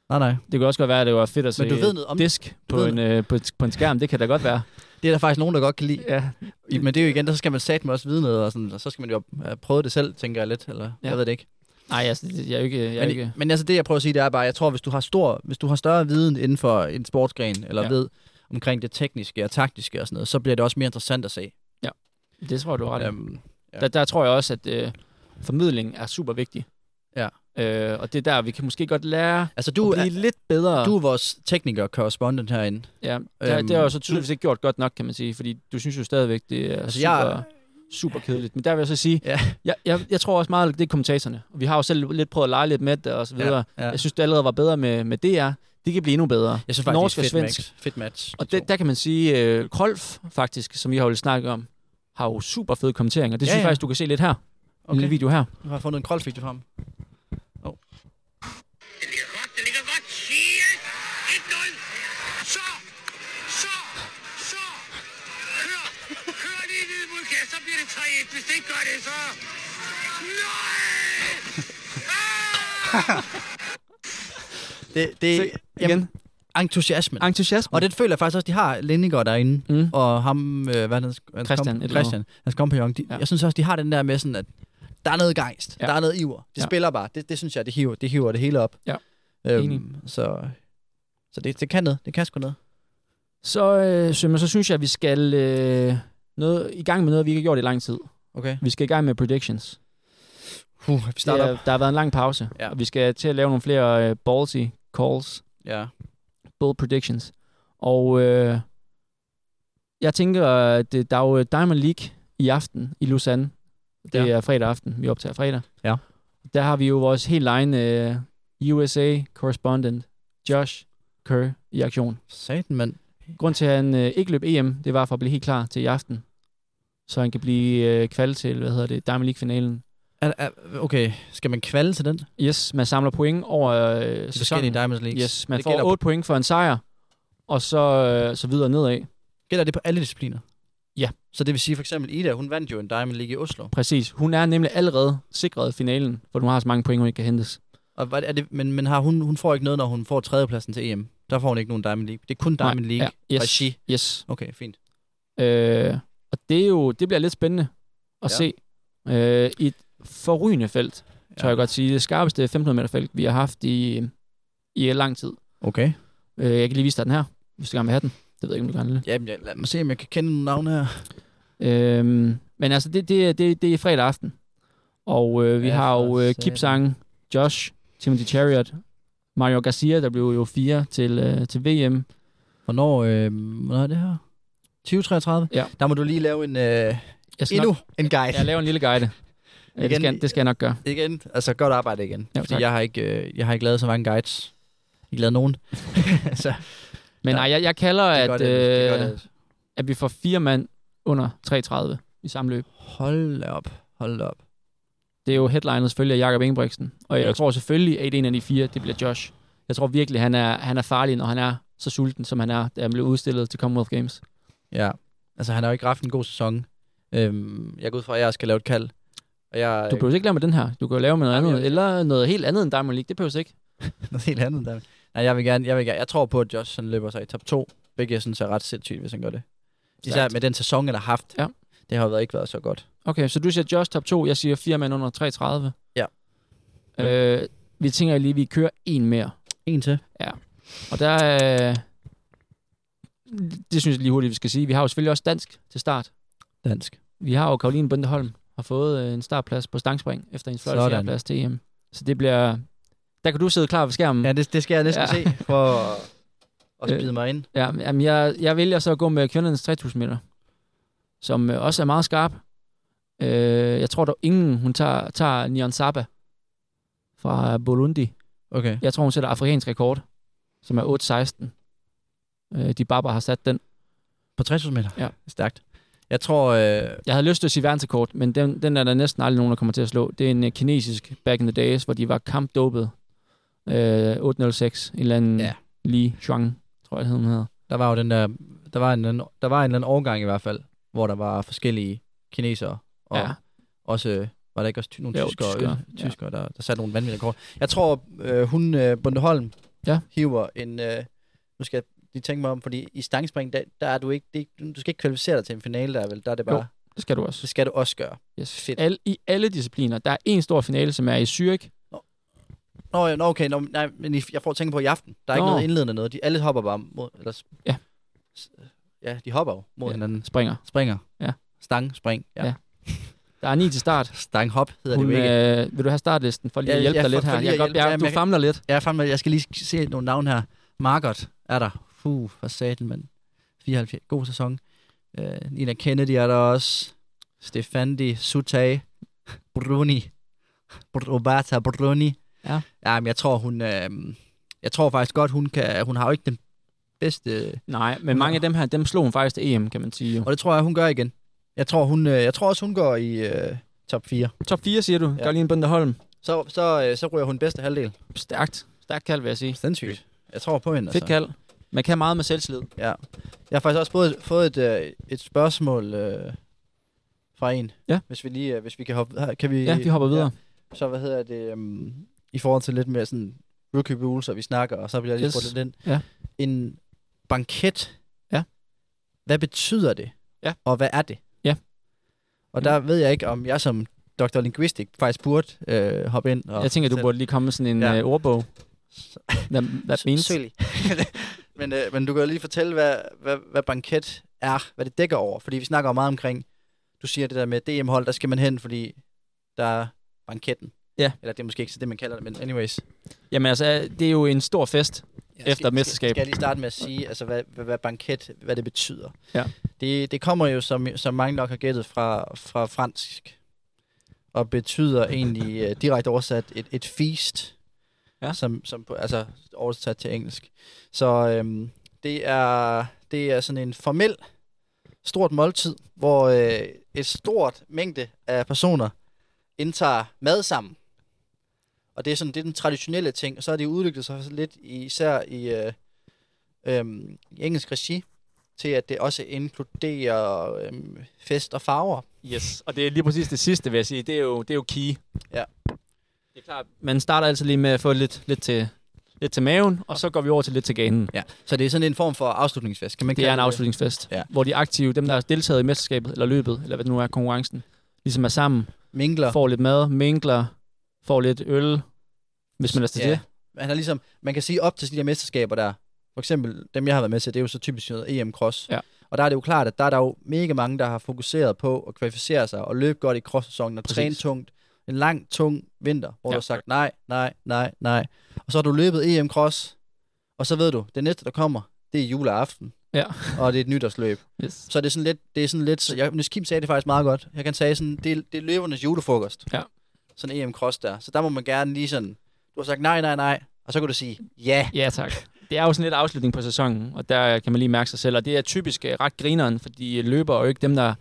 Nej, nej. Det kan også godt være, at det var fedt at se Men du ved noget om det. disk på ved en, øh, på, et- på en skærm. Det kan da godt være. Det er der faktisk nogen, der godt kan lide. Ja, I- Men det er jo igen, der så skal man satme også vide noget, og, sådan, og så skal man jo øh, prøve det selv, tænker jeg lidt, eller ja. Ja. jeg ved det ikke. Nej, altså, det- jeg er jo ikke... Jeg er Men, jo ikke men altså det, jeg prøver at sige, det er bare, jeg tror, hvis du har, stor, hvis du har større viden inden for en sportsgren, eller ja. Ja. ved omkring det tekniske og taktiske og sådan noget, så bliver det også mere interessant at se. det tror jeg, du har ret i. Øhm, ja. Der, der tror jeg også, at øh, formidling er super vigtig. Ja. Øh, og det er der, vi kan måske godt lære altså du du, at er, blive lidt bedre. du er vores tekniker-korrespondent herinde. ja, der, øhm, det er jo så tydeligvis ikke gjort godt nok, kan man sige, fordi du synes jo stadigvæk, det er Altså, super, jeg- super kedeligt. Men der vil jeg så sige, Ja. jeg, jeg, jeg tror også meget, det er kommentatorerne. Vi har jo selv lidt prøvet at lege lidt med det og så videre. Ja, ja. Jeg synes, det allerede var bedre med, med DR. Det kan blive endnu bedre. Jeg synes faktisk, Norsk det er et og fedt svensk. match. Fedt match. Og de det, to. der kan man sige, øh, Krolf faktisk, som vi har jo lidt snakket om, har jo super fede kommenteringer. Det Ja, synes jeg ja. faktisk, du kan se lidt her. Okay. En lille video her. Jeg har fundet en kroldvideo frem. Det ligger godt, det ligger godt. Shit! 1-0. Så! Så! Så! Kør! Kør lige ned mod kassen, så bliver det 3-1. Hvis det ikke gør det, så... Nej! Ah! Det, det, Se, igen. jamen, entusiasmen. Entusiasme. og det føler jeg faktisk også, de har Lindegård derinde, mm. Mm. og ham, øh, hvad er det, hans, hans Christian, komp- et eller Christian, hans kompagnon. De, ja. Ja. Jeg synes også, de har den der med sådan, at der er noget gejst, ja. Ja. der er noget iver. De ja. Ja. spiller bare. Det, det synes jeg, det hiver det, hiver det hele op. Ja. Enig. Øhm, så så det, det kan noget. Det kan sgu noget. Så, øh, Sømme, så synes jeg, at vi skal øh, noget, i gang med noget, vi ikke har gjort i lang tid. Okay. Vi skal i gang med predictions. Huh, vi starter Der, op. der har været en lang pause, Ja. og vi skal til at lave nogle flere øh, ballsy calls, Ja. bold predictions. Og øh, jeg tænker, at det, der er jo øh, Diamond League i aften i Lausanne. Det Ja. ja. er fredag aften. Vi optager fredag. Ja. Der har vi jo vores helt egen øh, USA-correspondent, Josh Kerr, i aktion. Satan, mand. Grund til, at han øh, ikke løb EM, det var for at blive helt klar til i aften. Så han kan blive øh, kvalget til, hvad hedder det, Diamond League-finalen. Er, er, okay, skal man kvalde til den? Yes, man samler point over øh, Forskellige sæsonen. Diamond Leagues. Yes, man det får gælder, 8 point for en sejr, og så, øh, så videre nedad. gælder det på alle discipliner? Ja. Så det vil sige for eksempel Ida, hun vandt jo en Diamond League i Oslo. Præcis. Hun er nemlig allerede sikret finalen, for hun har så mange point, hun ikke kan hentes. Og hvad er det, men men har hun, hun får ikke noget, når hun får tredjepladsen til EM. Der får hun ikke nogen Diamond League. Det er kun Diamond Nej, League. Ja, yes, Regi. yes. Okay, fint. Øh, og det, er jo, det bliver lidt spændende at Ja. ja. se. Øh, I et forrygende felt, tør Ja. jeg godt sige. Det skarpeste 1500 meter felt, vi har haft i, i lang tid. Okay. Øh, jeg kan lige vise dig den her, hvis du gerne vil have den. Det ved jeg ikke, om du gerne vil. Jamen, jeg, lad mig se, om jeg kan kende nogle navne her. Øhm, men altså, det, det, er- det, det er fredag aften. Og øh, vi Ja, ja, har for jo øh, satan. Kipsang, Josh, Timothy Chariot, Mario Garcia, der blev jo fire til, øh, til VM. Hvornår, øh, hvornår er det her? 2033? Ja. Der må du lige lave en, øh, Jeg, skal endnu nok, en guide. jeg laver en lille guide. Øh, det, Igen. skal, det skal jeg nok gøre. Igen. Altså, godt arbejde igen. Ja, fordi tak. jeg har, ikke, øh, jeg har ikke lavet så mange guides. Ikke lavet nogen. så Men Ja. nej, jeg, jeg kalder, det at, gør det. det, gør øh, det. at vi får fire mand under 33 i samme løb. Hold da op. Hold da op. Det er jo headliners følge af Jakob Ingebrigtsen. Og jeg tror selvfølgelig, at en af de fire, det bliver Josh. Jeg tror virkelig, han er, han er farlig, når han er så sulten, som han er, da han blev udstillet til Commonwealth Games. Ja. Altså, han har jo ikke haft en god sæson. Øhm, jeg går ud fra, at jeg skal lave et kald. Og jeg, Du behøver ikke lave med den her. Du kan jo lave med noget Jamen, andet. jeg- Eller noget helt andet end Diamond League. Det behøver ikke. (laughs) noget helt andet der. Nej, jeg vil gerne, jeg vil gerne. Jeg tror på, at Josh han løber sig i top 2. Hvilket jeg synes er ret sindssygt, hvis han gør det. Især Stærkt. med den sæson, han har haft. Ja. Det har jo været- ikke været så godt. Okay, så du siger Josh top 2, jeg siger 4 mand under 33. Ja. Øh, vi tænker lige, at vi kører en mere. En til. Og der øh, Det synes jeg lige hurtigt, vi skal sige. Vi har jo selvfølgelig også dansk til start. Dansk. Vi har jo Karoline Bundeholm har fået øh, en startplads på stangspring efter en flot Sådan. plads til EM. Så det bliver... Der kan du sidde klar ved skærmen. Mm. Ja, det, det skal jeg næsten Ja. ja. se for at- at Øh. spide mig ind. Ja, jamen jeg, jeg vælger så at gå med kvindernes 3000 meter, som øh, også er meget skarp. Øh, jeg tror dog ingen, hun tager, tager Nian Saba fra Burundi. Okay. Jeg tror, hun sætter afrikansk rekord, som er 8.16. Øh, de barber har sat den. På 60 meter? Ja. Stærkt. Jeg tror, øh, Jeg havde lyst til at sige verdensrekord, men den, den er der næsten aldrig nogen, der kommer til at slå. Det er en øh, kinesisk back in the days, hvor de var kampdopet. Øh, 8.06. En eller anden Ja. ja. Li Shuang, tror jeg, hun hedder. der var jo den der, der var en, eller anden- der var en eller anden årgang i hvert fald, hvor der var forskellige kinesere, og ja. Ja. også, øh, var der ikke også ty- nogle Jo, tyskere, tyskere, tyskere, ja. tyskere der, der satte nogle vanvittige rekorder. Jeg tror, øh, hun, øh, Bundeholm, Ja. hiver en, øh, nu skal jeg lige tænke mig om, fordi i stangspring, der, der er du ikke, det, er ikke- du skal ikke kvalificere dig til en finale der, er vel? Der er det Jo. bare, jo. Det skal du også. det skal du også gøre. Yes. Fedt. Al, I alle discipliner. Der er en stor finale, som er i Zürich. Nå, ja, nå okay, nå, nej, men i- jeg får at tænke på i aften. Der er ikke Nå. noget indledende noget. De, alle hopper bare mod, eller, s- Ja. s- Ja, de hopper jo mod Ja. ja. hinanden. Springer. Springer. Ja. Stang, spring. Ja. Ja. ja. Der er ni til (laughs) start. Stanghop hedder Hun, det jo ikke. øh, vil du have startlisten for lige at Ja, hjælpe ja, dig for- lidt for her? lige Jeg, at kan godt, hjælpe- ja, Jamen, du jeg kan- famler lidt. Jeg, er fandme, jeg skal lige se nogle navne her. Margot er der. Fuh, for satan, mand. 74. God sæson. Uh, Nina Kennedy er der også. Stefandi Sutay. Bruni. Br- Obata Bruni. Ja. ja men jeg tror, hun... Øh, jeg tror faktisk godt, hun kan... Hun har jo ikke den bedste... Nej, men mange af dem her, dem slog hun faktisk til EM, kan man sige. Jo. Og det tror jeg, hun gør igen. Jeg tror, hun, øh, jeg tror også, hun går i øh, top 4. Top 4, siger du. Ja. Ja. Karoline Bunderholm. Så, så, øh, så ryger hun bedste halvdel. Stærkt. Stærkt kald, vil jeg sige. Altså. Sindssygt. Jeg tror på hende. altså. Fedt kald. Man kan meget med selvtillid. Ja. Jeg har faktisk også fået, fået et, øh, et spørgsmål øh, fra en. Ja. Hvis vi lige, øh, hvis vi kan hoppe, her, kan vi, Ja, vi hopper videre. Så hvad hedder det, um, i forhold til lidt mere sådan rookie rules, og vi snakker, og så bliver jeg lige Yes. yes. brugt den. Ja. En banket. Ja. Hvad betyder det? Ja. Og hvad er det? Ja. Og der ved jeg ikke, om jeg som Dr. Linguistik faktisk burde øh, hoppe ind. Og Jeg tænker, du fortælle. burde lige komme med sådan en Ja. øh, (laughs) ordbog. Hvad hvad means? Selvfølgelig. (laughs) men, øh, men du kan jo lige fortælle, hvad, hvad, hvad banket er, hvad det dækker over. Fordi vi snakker jo meget omkring, du siger det der med DM-hold, der skal man hen, fordi der er banketten. Ja. Eller det er måske ikke så det, man kalder det, men anyways. Jamen altså, det er jo en stor fest. Efter skal- mesterskab. Skal, skal jeg lige starte med at sige, altså, hvad, hvad, hvad banket, hvad det betyder. Ja. Det, det kommer jo, som, som mange nok har gættet, fra, fra fransk. Og betyder egentlig øh, direkte oversat et, et feast. Ja. Som, som på, altså oversat til engelsk. Så øhm, det, er, det er sådan en formel stort måltid, hvor øh, et stort mængde af personer indtager mad sammen. Og det er sådan, det er den traditionelle ting, og så har det udviklet sig så lidt, i, især i, øh, øhm, i engelsk regi, til at det også inkluderer øhm, fest og farver. Yes, og det er lige præcis det sidste, vil jeg sige. Det er jo, det er jo key. Ja. Det er klart, man starter altid lige med at få lidt, lidt, til, lidt til maven, og så går vi over til lidt til ganen. Ja. Så det er sådan en form for afslutningsfest, kan man Det kalde er en afslutningsfest, Ja. hvor de aktive, dem der har deltaget i mesterskabet, eller løbet, eller hvad det nu er, konkurrencen, ligesom er sammen, Mingler. får lidt mad, mingler, får lidt øl, hvis man er til Ja. det. Han er ligesom, man kan sige op til de der mesterskaber der, for eksempel dem, jeg har været med til, det er jo så typisk noget EM Cross. Ja. Og der er det jo klart, at der er der jo mega mange, der har fokuseret på at kvalificere sig og løbe godt i cross-sæsonen og Præcis. træne tungt. En lang, tung vinter, hvor Ja. ja. du har sagt nej, nej, nej, nej. Og så har du løbet EM Cross, og så ved du, det næste, der kommer, det er juleaften, Ja. og det er et nytårsløb. Yes. Så det er sådan lidt, det er sådan lidt så jeg, Niels Kim sagde det faktisk meget godt. Jeg kan sige sådan, det, er- det er løbernes julefrokost. E Ja. Sådan EM Cross der. Så der må man gerne lige sådan, du har sagt nej, nej, nej, Og så kunne du sige, ja, Ja, tak. Det er jo sådan lidt afslutning på sæsonen, og der kan man lige mærke sig selv. Og det er typisk øh, ret grineren, fordi løber er jo ikke dem, der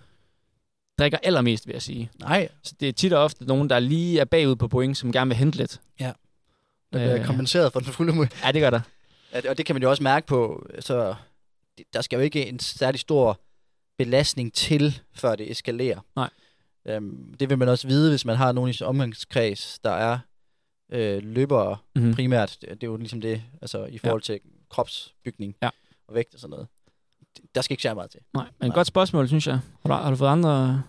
drikker allermest, vil jeg sige. nej, Så det er tit og ofte nogen, der lige er bagud på point, som gerne vil hente lidt. der bliver Øh. kompenseret for den fulde måde. Ja, det gør der. At- Og det kan man jo også mærke på, så det- der skal jo ikke en særlig stor belastning til, før det eskalerer. Nej. Øhm, det vil man også vide, hvis man har nogen i sin omgangskreds, der er øh, løbere Mhm. mm-hmm. primært. Det, det er jo ligesom det, altså i forhold ja. til kropsbygning Ja. og vægt og sådan noget. Det- Der skal ikke så meget til. Nej, men Nej. Nej. godt spørgsmål, synes jeg. Har du, har du fået andre...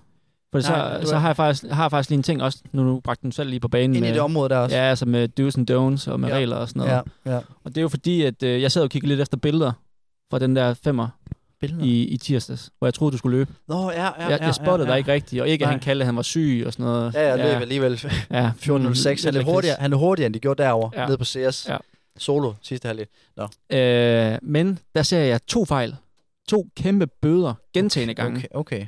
For Nej, men så, du så er- har jeg faktisk, har jeg faktisk lige en ting også, nu du bragte den selv lige på banen. Ind i med- det område der også. Ja, altså med do's and don'ts og med Ja. ja. regler og sådan noget. ja. Ja. ja. Og det er jo fordi, at øh, jeg sad og kiggede lidt efter billeder fra den der femmer Billeder. i, i tirsdags, hvor jeg troede, du skulle løbe. Nå, ja, ja, Ja, jeg, ja, jeg spottede ja, dig ikke rigtigt, og ikke, at Nej. han kaldte, at han var syg og sådan noget. Ja, jeg løb alligevel (laughs) ja 14.06. Han lidt løb hurtigere, han løb hurtigere, end de gjorde derovre, Ja. nede på CS. Ja. Solo sidste halvdel. kris. Øh, men der ser jeg to fejl. To kæmpe bøder gentagende gange. Okay, okay.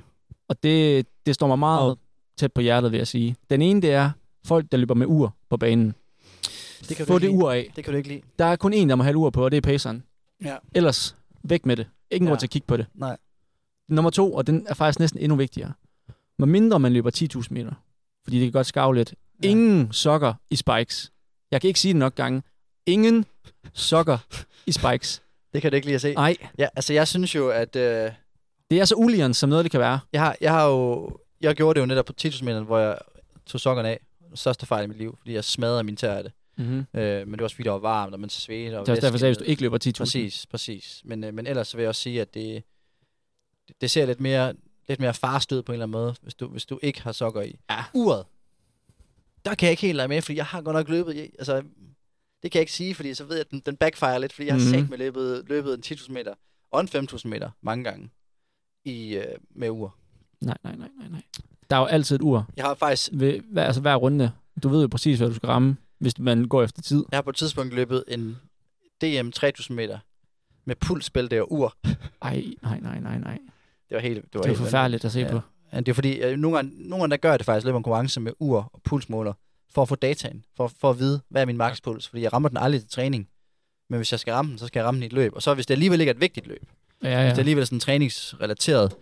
Og det, det står mig meget tæt på hjertet, vil jeg sige. Den ene, det er folk, der løber med ur på banen. Det kan du Få ikke det lide. ur af. Det kan du ikke lide. Der er kun en, der må have et ur på, og det er paceren. Ja. Ellers, væk med det. Ingen Ja. grund til at kigge på det. Nej. Nummer to, og den er faktisk næsten endnu vigtigere. Hvor mindre man løber 10.000 meter, fordi det kan godt skave lidt. Ja. Ingen sokker i spikes. Jeg kan ikke sige det nok gange. Ingen sokker i (laughs) spikes. Det kan du ikke lide at se. Nej, Ja, altså jeg synes jo, at øh, det er så ulian, som noget det kan være. jeg, har, jeg har jo... Jeg gjorde det jo netop på 10.000 meter, hvor jeg tog sokkerne af. Største fejl i mit liv, fordi jeg smadrede min tær af det. Mm-hmm. Øh, men det var også fordi, der var varmt, og man svedte. Og Det er også derfor, jeg væske- sagde, hvis du ikke løber 10.000. Præcis, præcis. Men, øh, men ellers så vil jeg også sige, at det, det- det ser lidt mere, lidt mere farstød på en eller anden måde, hvis du, hvis du ikke har sokker i. Ja. Uret. Der kan jeg ikke helt lade med, fordi jeg har godt nok løbet. Jeg, altså, det kan jeg ikke sige, fordi så ved jeg, at den, den backfire lidt, fordi jeg har Mhm. mm-hmm. med løbet, løbet en 10.000 meter og en 5.000 meter mange gange i, øh, med ur. Nej, nej, nej, nej, nej. Der er jo altid et ur. Jeg har faktisk ved, hver, altså hver runde. Du ved jo præcis, hvad du skal ramme, hvis man går efter tid. jeg har på et tidspunkt løbet en DM 3.000 meter med pulsbælte og ur. Ej, nej, nej, nej, nej. Det var helt, det var Det er helt forfærdeligt at se Ja. ja. på. Ja, Det er fordi, øh, nogle gange, nogle gange der gør jeg det faktisk, løber en konkurrence med ur og pulsmåler, for at få dataen, for, for at vide, hvad er min makspuls, fordi jeg rammer den aldrig til træning. Men hvis jeg skal ramme den, så skal jeg ramme den i et løb. Og så hvis det alligevel ikke er et vigtigt løb, ja. Ja, hvis det ja. alligevel er sådan træningsrelateret,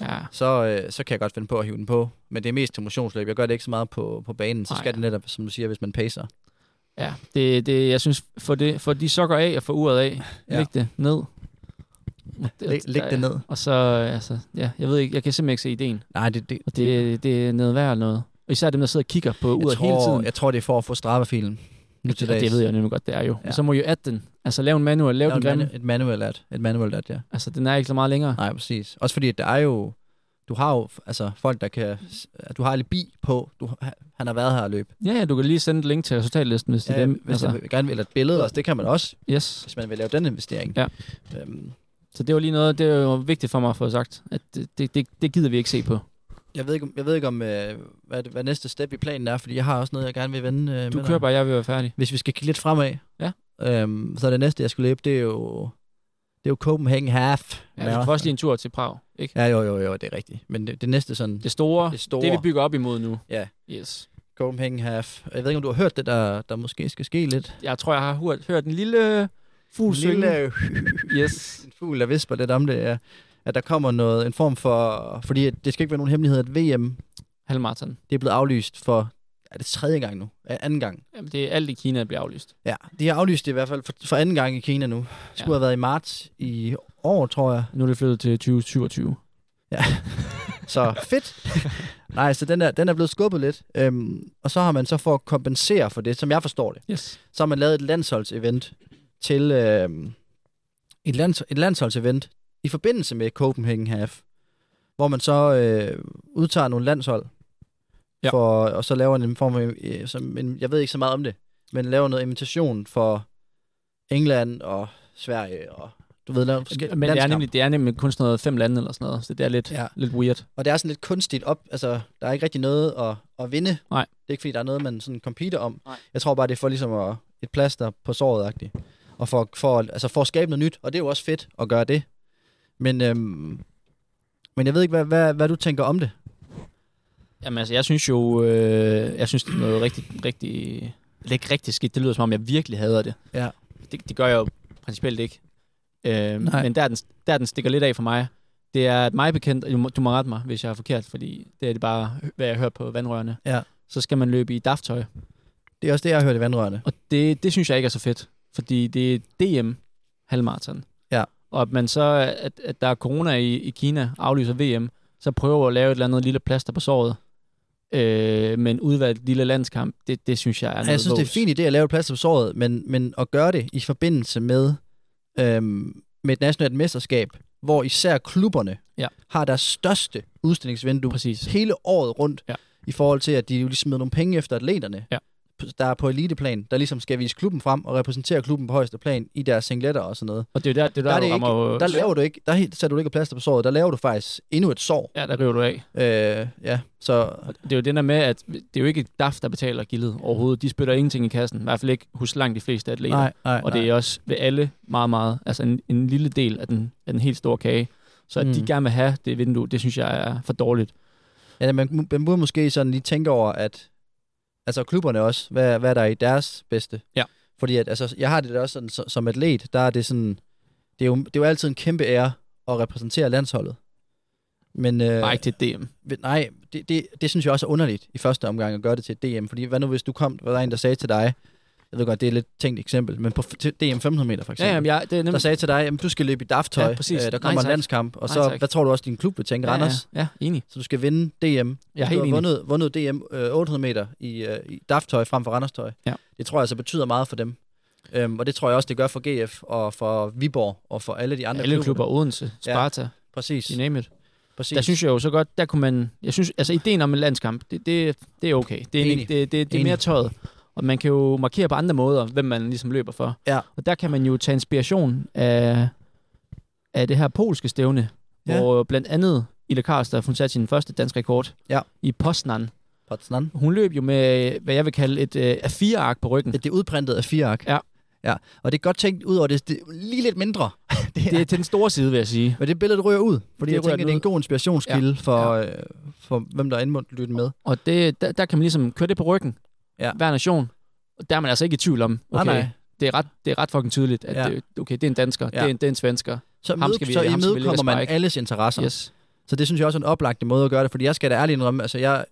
ja. så, øh, så kan jeg godt finde på at hive den på. Men det er mest til motionsløb. Jeg gør det ikke så meget på, på banen, så Nej. skal det netop, som du siger, hvis man pacer. ja. Det, det, jeg synes, få, det, få de sokker af og få uret af. Ja. Ja. Læg det ned. Læg, læg det ned. Og så, altså, ja, jeg ved ikke, jeg kan simpelthen ikke se ideen. Nej, det, det, Og det, det er noget værd noget. Og især dem, der sidder og kigger på uret jeg, hele tror, tiden. jeg tror, det er for at få straffilen. Nu til Og dags. det ved jeg nemlig godt, det er jo. Ja. Ja. Så må I jo at den. Altså lave en manual, lave Lav den et, grimme. manu- et manual ad. Et manual ad, ja. Altså den er ikke så meget længere. Nej, præcis. Også fordi, at der er jo... Du har jo altså, folk, der kan... Du har alibi på, du, han har været her og løb. Ja, ja, du kan lige sende et link til resultatlisten, hvis det er dem. hvis altså. altså, man gerne vil have et billede også, det kan man også, yes. hvis man vil lave den investering. Ja. Øhm, Så det var lige noget, det var vigtigt for mig at få sagt, at det, det, det, det gider vi ikke se på. jeg ved ikke, om- jeg ved ikke om, øh, hvad, hvad næste step i planen er, fordi jeg har også noget, jeg gerne vil vende øh, med Du dig. kører bare, jeg vil være færdig. Hvis vi skal kigge lidt fremad, Ja. øhm, så er det næste, jeg skal løbe, det er jo, det er jo Copenhagen Half. Ja, du får også lige en tur til Prag, ikke? ja, jo, jo, jo, det er rigtigt. Men det, det næste sådan... Det store, Det store. det vi bygger op imod nu. Ja. Yes. Copenhagen Half. Jeg ved ikke, om du har hørt det, der, der måske skal ske lidt. Jeg tror, jeg har hørt, hørt en lille fugl synge. Lille, Yes. en fugl, der visper lidt om det, er, at der kommer noget, en form for... Fordi at det skal ikke være nogen hemmelighed, at VM Halvmarathon. det er blevet aflyst for... Er det tredje gang nu? Er anden gang? Jamen, det er alt i Kina, der bliver aflyst. Ja, de har aflyst det i hvert fald for, for anden gang i Kina nu. Det skulle Ja. have været i marts i år, tror jeg. Nu er det flyttet til 2027. Så (laughs) fedt. Nej, så den er, den er blevet skubbet lidt. Øhm, og så har man så for at kompensere for det, som jeg forstår det, Yes. så har man lavet et landsholdsevent til øh, et, lands, et landsholdsevent i forbindelse med Copenhagen Half, hvor man så øh, udtager nogle landshold, Ja. for, og så laver en form for, øh, som en, jeg ved ikke så meget om det, men laver noget invitation for England og Sverige og du ved, laver forskellige Men det er, landskampe. nemlig, det er nemlig kun sådan noget fem lande eller sådan noget, så det er lidt, Ja. ja. lidt weird. Og det er sådan lidt kunstigt op. Altså, der er ikke rigtig noget at, at vinde. Nej. Det er ikke, fordi der er noget, man sådan competer om. Nej. Jeg tror bare, det er for ligesom at, et plaster på såret-agtigt. Og for, for, altså for at skabe noget nyt. Og det er jo også fedt at gøre det. Men, øhm, men jeg ved ikke, hvad, hvad, hvad du tænker om det. Jamen altså, jeg synes jo, øh, jeg synes det er noget rigtig, rigtig ikke rigtig skidt. Det lyder som om, jeg virkelig hader det. Ja. Det, det gør jeg jo principielt ikke. Øh, Nej. men der den, der den stikker lidt af for mig, det er, at mig bekendt, du må, du må rette mig, hvis jeg er forkert, fordi det er det bare, hvad jeg hører på vandrørene. Ja. Så skal man løbe i daftøj. Det er også det, jeg har hørt i vandrørene. Og det, det synes jeg ikke er så fedt, fordi det er DM halvmarathon. Ja. Og at man så, at, at der er corona i, i Kina, aflyser VM, så prøver at lave et eller andet lille plaster på såret. Øh, men udvalgt lille landskamp, det, det synes jeg er Ja, noget jeg synes, det er en vås. fin idé at lave et plaster på såret, men, men at gøre det i forbindelse med, øhm, med et nationalt mesterskab, hvor især klubberne Ja. har deres største udstillingsvindue Præcis. hele året rundt, Ja. i forhold til, at de jo lige smider nogle penge efter atleterne, Ja. p- der er på eliteplan, der ligesom skal vise klubben frem og repræsentere klubben på højeste plan i deres singletter og sådan noget. Og det er jo der, det er der, Der, er du det ikke, rammer, der laver du ikke, der he- sætter du ikke et plaster på såret, der laver du faktisk endnu et sår. Ja, der river du af. Øh, ja, så Og det er jo den der med, at det er jo ikke DAF, der betaler gildet overhovedet. De spytter ingenting i kassen. I hvert fald ikke hos langt de fleste atleter. nej, nej, Og det nej. er også ved alle meget, meget, altså en, en lille del af den, af den helt store kage. Så at mm. de Mm. gerne vil have det vindue, det synes jeg er for dårligt. Ja, man, mu- man burde måske sådan lige tænke over, at altså klubberne også, hvad, hvad der er i deres bedste. Ja. Fordi at, altså, jeg har det da også sådan, så, som atlet, der er det sådan, det er, jo, det er jo altid en kæmpe ære at repræsentere landsholdet. Men, øh, Bare ikke til et DM. ved- nej det, det, det, synes jeg også er underligt i første omgang at gøre det til et DM, fordi hvad nu hvis du kom, var der en, der sagde til dig, jeg ved godt, det er et lidt tænkt eksempel, men på f- til DM 500 meter for eksempel, Ja, jamen, jeg, det er der nemlig... sagde til dig, at du skal løbe i daftøj, Ja, præcis. øh, der Nej, kommer en tak. landskamp, og Nej, så, tak. hvad tror du også, din klub vil tænke, ja, Randers? ja, ja, enig. Så du skal vinde DM. Jeg er du helt har enig. vundet, vundet DM øh, 800 meter i, øh, i daftøj frem for Randerstøj. Ja. Det tror jeg altså betyder meget for dem. Øhm, og det tror jeg også, det gør for GF og for Viborg og for alle de andre Alle klubber, Odense, Sparta, Præcis. ja. you name it. præcis. Der synes jeg jo så godt, der kunne man... Jeg synes, altså ideen om en landskamp, det, det, det er okay. Det er, Enig. ikke, det, det, det er Enig. mere tøjet. Og man kan jo markere på andre måder, hvem man ligesom løber for. Ja. Og der kan man jo tage inspiration af, af det her polske stævne, Ja. ja. hvor blandt andet Ile Karster, hun satte sin første dansk rekord Ja. i Poznan. Potsdam. Hun løb jo med, hvad jeg vil kalde et øh, A4-ark på ryggen. Det er udprintet af fire ark. Ja. ja. Og det er godt tænkt ud over det, det er lige lidt mindre. (laughs) Det er til den store side, vil jeg sige. Men det billede ryger ud, fordi Det jeg ryger tænker, den det er en ud. god inspirationskilde ja. for, øh, for hvem der er indmundt lytte med. Og det, der, der kan man ligesom køre det på ryggen. Ja. Hver nation. Og der er man altså ikke i tvivl om, Nej, okay, nej. Det, er ret, det er ret fucking tydeligt, at Ja. ja. det, okay, det er en dansker, Ja. ja. det, er en, det er en svensker. Så, Ham skal imøde, vi- så ham skal vi lægge imødekommer og man sparke. alles interesser. Yes. Så det synes jeg også er en oplagt måde at gøre det, fordi jeg skal da ærligt indrømme, altså jeg,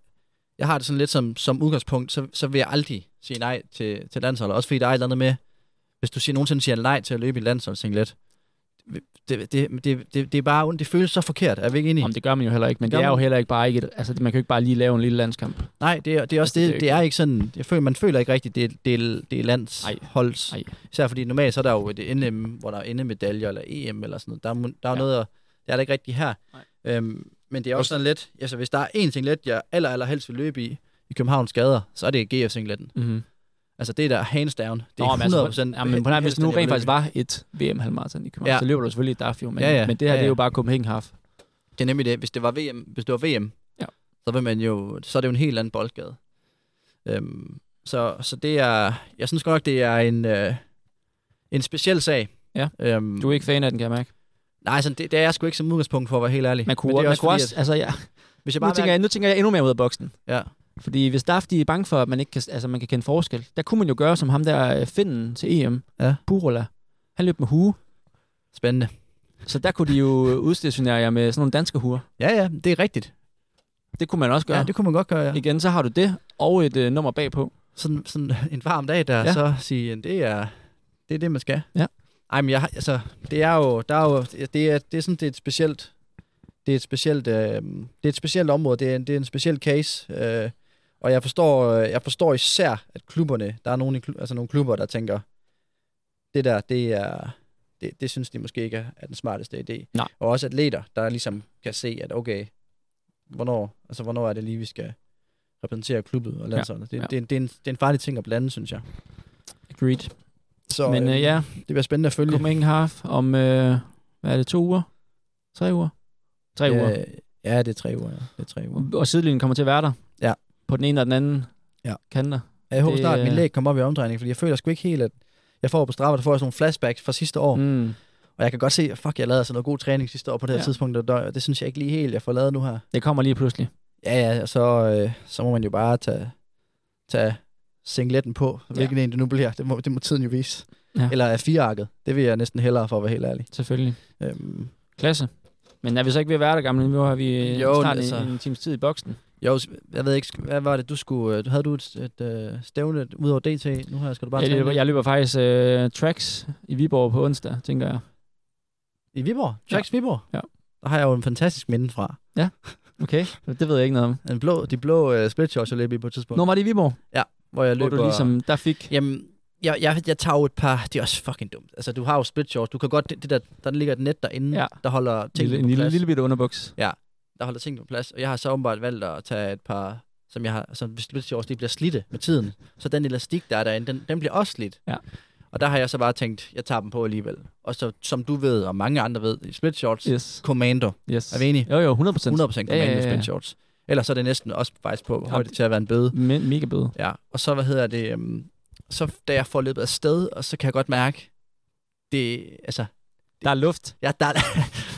jeg har det sådan lidt som, som udgangspunkt, så, så vil jeg aldrig sige nej til, til landsholdet. Også fordi der er et eller andet med, hvis du siger, nogensinde siger nej til at løbe i landsholdsinglet, det, det, det, det, det, er bare ondt. Det føles så forkert. Er vi ikke enige? Jamen, det gør man jo heller ikke, men Det det, gør er jo man. heller ikke bare ikke et, altså, det- man kan jo ikke bare lige lave en lille landskamp. Nej, det, er- det er Altså, også det er det, jo det, er ikke sådan, jeg føler, man føler ikke rigtigt, det, det, er- det er Ej, landsholds. ej. Især fordi normalt så er der jo et NM, hvor der er NM-medaljer eller EM eller sådan noget. Der er, mon- der er ja. Ja. noget, at- det er der ikke rigtigt her. Øhm, men det er også sådan lidt, altså hvis der er én singlet, jeg aller, aller helst vil løbe i, i Københavns gader, så er det GF-singletten. Mm-hmm. Altså det er der hands down. Det er 100% men altså, ja, men på nær, hvis helst, nu den, jeg vil rent faktisk løbe i. var et VM halvmarathon i København, Ja. ja. så løber du selvfølgelig et DAF jo, men, Ja, ja, ja. ja. men det her Ja, det er ja. jo bare Copenhagen Half. Det er nemlig det, hvis det var VM, hvis det var VM Ja. så, vil man jo, så er det jo en helt anden boldgade. Øhm, så, så det er, jeg synes godt nok, det er en, øh, en speciel sag. Ja. Øhm, Du er ikke fan af den, kan jeg mærke. Nej, sådan, det, det, er jeg sgu ikke som udgangspunkt for at være helt ærlig. Man kunne, Men det også, er man kunne fordi, også, altså, ja, at, hvis jeg nu, bare tænker jeg, nu tænker jeg endnu mere ud af boksen. Ja. Fordi hvis DAF de er bange for, at man ikke kan, altså, man kan kende forskel, der kunne man jo gøre som ham der øh, Finnen til EM, Ja. Burula. Han løb med hue, Spændende. så der kunne de jo øh, udstationere jer med sådan nogle danske huer. Ja, ja, det er rigtigt. Det kunne man også gøre. Ja, det kunne man godt gøre, ja. Igen, så har du det, og et øh, nummer bagpå. sådan, sådan (laughs) en varm dag der, ja. Ja. så sige, at det er, det er det, man skal. Ja. Ej, men jeg, har- altså, det er jo, der er jo, det er, det er sådan, det er et specielt, det er et specielt, øh, det er et specielt område, det er, en- det er en speciel case, øh, og jeg forstår, øh, jeg forstår især, at klubberne, der er nogle, i klu- altså nogle klubber, der tænker, det der, det er, det, det synes de måske ikke er, er den smarteste idé. Nej. Og også atleter, der ligesom kan se, at okay, hvornår, altså, hvornår er det lige, vi skal repræsentere klubbet og landsholdet. Ja, det, ja. det, er en- det, er en, det er en farlig ting at blande, synes jeg. Agreed. Så øhm, Men øh, ja, det bliver spændende at følge. Copenhagen Half om, øh, hvad er det, to uger? Tre uger? Tre ja. uger. Øh, ja, det er tre uger. Ja. Det er tre uger. Og sidelinjen kommer til at være der. Ja. På den ene og den anden Ja. kanter. Jeg håber det, snart, at min øh, læg kommer op i omdrejning, fordi jeg føler sgu ikke helt, at jeg får på straffe, der får jeg sådan nogle flashbacks fra sidste år, mm. Mm. og jeg kan godt se, at fuck, jeg lavede altså noget god træning sidste år på det her ja. Ja. tidspunkt, og der- det synes jeg ikke lige helt, jeg får lavet nu her. Det kommer lige pludselig. Ja, ja, og så, øh, så må man jo bare tage, tage, singletten på, hvilken ja. en det nu bliver. Det må, det må tiden jo vise. Ja. Ja. Eller er firearket. Det vil jeg næsten hellere for at være helt ærlig. Selvfølgelig. Øhm, Klasse. Men er vi så ikke ved at være der, gamle? Nu har vi jo, Jo, snart altså. altså. en, en times tid i boksen. jo, jeg ved ikke, sk- hvad var det, du skulle... øh, Havde du et, et, et stævne ud over DT? Nu her skal du bare Jeg træne løber, jeg løber faktisk øh, tracks i Viborg på onsdag, tænker jeg. I Viborg? Tracks ja. Viborg? Ja. Der har jeg jo en fantastisk minde fra. Okay, det ved jeg ikke noget om. En blå, de blå uh, split shorts, jeg løb i på et tidspunkt. Når var det i Viborg? hvor Hvor jeg løber... du ligesom, der fik... Jamen, jeg, jeg, jeg tager jo et par... Det er også fucking dumt. Altså, du har jo split shorts. Du kan godt... Det, det der, der ligger et net derinde, Ja. ja. der holder En tingene lille, på en lille, plads. lille bitte underbuks. Der holder tingene på plads. Og jeg har så åbenbart valgt at tage et par som jeg har, som hvis split shorts, de bliver slidte med tiden. Så den elastik, der er derinde, den, den bliver også slidt. Ja. Og der har jeg så bare tænkt, jeg tager dem på alligevel. Og så, som du ved, og mange andre ved, i split shorts, Yes. Commando. yes. Er vi enige? Jo, jo, 100 procent. 100% Commando ja, ja, ja. split shorts. Ellers er det næsten også faktisk på højde til at være en bøde. Men mega bøde. Ja, og så, hvad hedder det, øhm, så da jeg får løbet af sted, og så kan jeg godt mærke, det, altså, Der er luft. ja, der,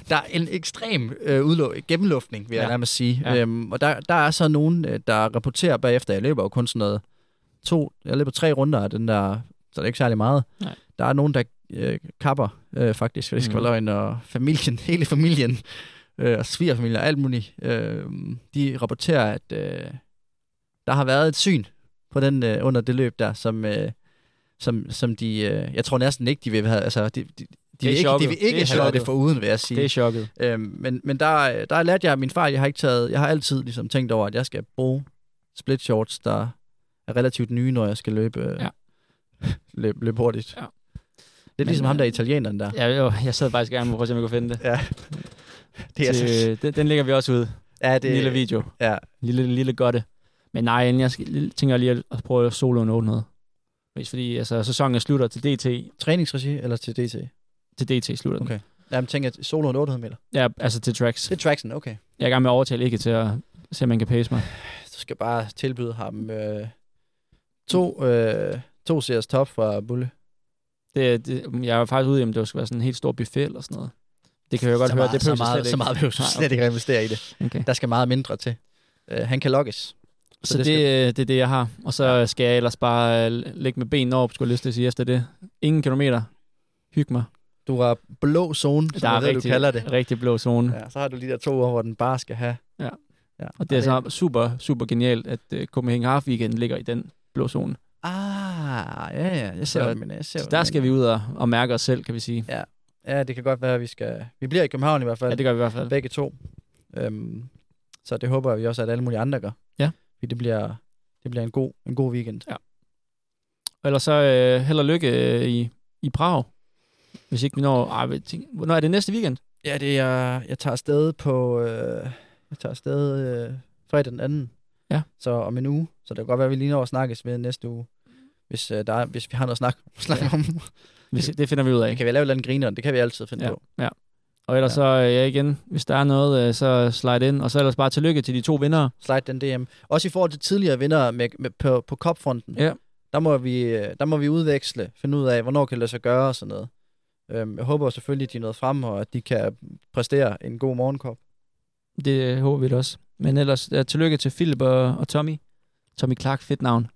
der er (laughs) en ekstrem øh, udlå, gennemluftning, vil jeg Ja. ja. nærmest sige. Ja. Ja. Øhm, og der, der er så nogen, øh, der rapporterer bagefter, jeg løber jo kun sådan noget, to, jeg løber tre runder af den der, så det er ikke særlig meget. Nej. Der er nogen, der øh, kapper øh, faktisk, for det skal Mhm. være løgn, og familien, (laughs) hele familien, øh, og svigerfamilien og alt muligt, øh, de rapporterer, at øh, der har været et syn på den øh, under det løb der, som, øh, som, som de, øh, jeg tror næsten ikke, de vil have, altså, de, de, de, er vil, ikke, chokket. de vil Det er ikke have været det chokket. for uden, vil jeg sige. Det er chokket. Øhm, men men der, der lærte jeg af min far, jeg har ikke taget, jeg har altid ligesom tænkt over, at jeg skal bruge split shorts, der er relativt nye, når jeg skal løbe, Ja. (laughs) ja. løbe, løbe hurtigt. Ja. Ja. Det er Men, men, ligesom ham øh, der italieneren der. Ja, jo, jeg sad faktisk gerne og prøve at se, om jeg kunne finde det. Ja, (laughs) det er, altså, Til, den, den lægger vi også ud. ja, Det... En lille det, video. ja, Lille, lille godte. Men nej, inden jeg skal, tænker lige at prøve at solo en 800. Mest fordi altså, sæsonen slutter til DT. træningsregi eller til DT? Til DT slutter den. Okay. Jamen tænker jeg, solo en 800 meter. Ja, altså til tracks. Det er tracksen, okay. Jeg er i gang med at overtale ikke til at se, om man kan pace mig. Du skal bare tilbyde ham øh, to, øh, to series top fra Bulle. Det, det, jeg var faktisk ude i, om det skulle være sådan en helt stor buffet eller sådan noget. Det kan jeg jo godt så høre, meget, det så behøver jeg meget, slet så meget behøver du Nej, slet ikke at investere i det. Okay. Der skal meget mindre til. Øh, han kan lokkes. Så, så det, øh, det, det er det, jeg har. Og så ja. skal jeg ellers bare øh, ligge med benene op, skulle jeg lyst til at sige efter det. Ingen kilometer. Hyg mig. Du har blå zone, som jeg ved, rigtig, du kalder det. rigtig blå zone. Ja. Ja, så har du de der to år, hvor den bare skal have. Ja. ja. Og det er så super, super genialt, at uh, Copenhagen Half Weekend ligger i den blå zone. Ah, ja, ja. Jeg ser, Så- hvad du mener. Jeg Så ser, hvad du der mener. skal vi ud og, og mærke os selv, kan vi sige. Ja, det kan godt være, at vi skal... Vi bliver i København i hvert fald. Ja, det gør vi i hvert fald. Begge to. Øhm, så det håber vi også, at alle mulige andre gør. Ja. Fordi det bliver, det bliver en, god, en god weekend. Ellers så uh, held og lykke uh, i, i Prag. Hvis ikke vi når... Ej, hvad tænker- hvornår er det næste weekend? Ja, det er... Jeg tager afsted på... Øh, jeg tager afsted øh, fredag den anden. Ja. Så om en uge. Så det kan godt være, at vi lige når at snakkes ved næste uge. Hvis, øh, der er, hvis vi har noget at snakke, (laughs) snakke om. Hvis, det finder vi ud af. Kan vi lave et eller andet griner? Det kan vi altid finde Ja. ja. på. Og ellers ja. Ja. så, øh, ja igen, hvis der er noget, øh, så slide ind. Og så ellers bare tillykke til de to vinder. Slide den DM. Også i forhold til tidligere vinder med, med, på, på kopfronten. Ja. Der må, vi, øh, der må vi udveksle, finde ud af, hvornår kan det lade sig gøre og sådan noget. Øhm, jeg håber selvfølgelig, at de er nået frem, og at de kan præstere en god morgenkop. Det øh, håber vi da også. Men ellers, ja, tillykke til Philip og, og Tommy. Tommy Clark, fedt navn.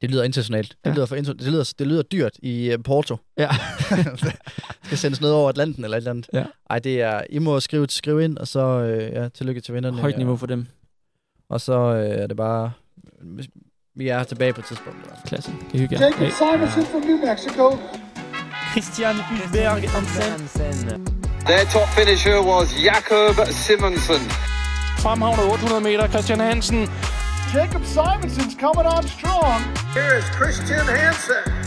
Det lyder internationalt. Det, Ja. ja. lyder, for, inter- det, lyder, det lyder dyrt i øh, Porto. Ja. (laughs) skal sendes ned over Atlanten eller et eller andet. Ja. Ej, det er, I må skrive, skrive ind, og så øh, ja, tillykke til vinderne. Højt niveau for dem. Og så øh, er det bare, vi er tilbage på et tidspunkt. i hvert fald. Klasse. Kan hygge jer. Hey. Jacob Simonson from New Mexico. Christian Berg Hansen. Their top finisher was Jakob Simonsen. Fremhavnet 800 meter, Christian Hansen. Jacob Simonson's coming on strong. Here is Christian Hansen.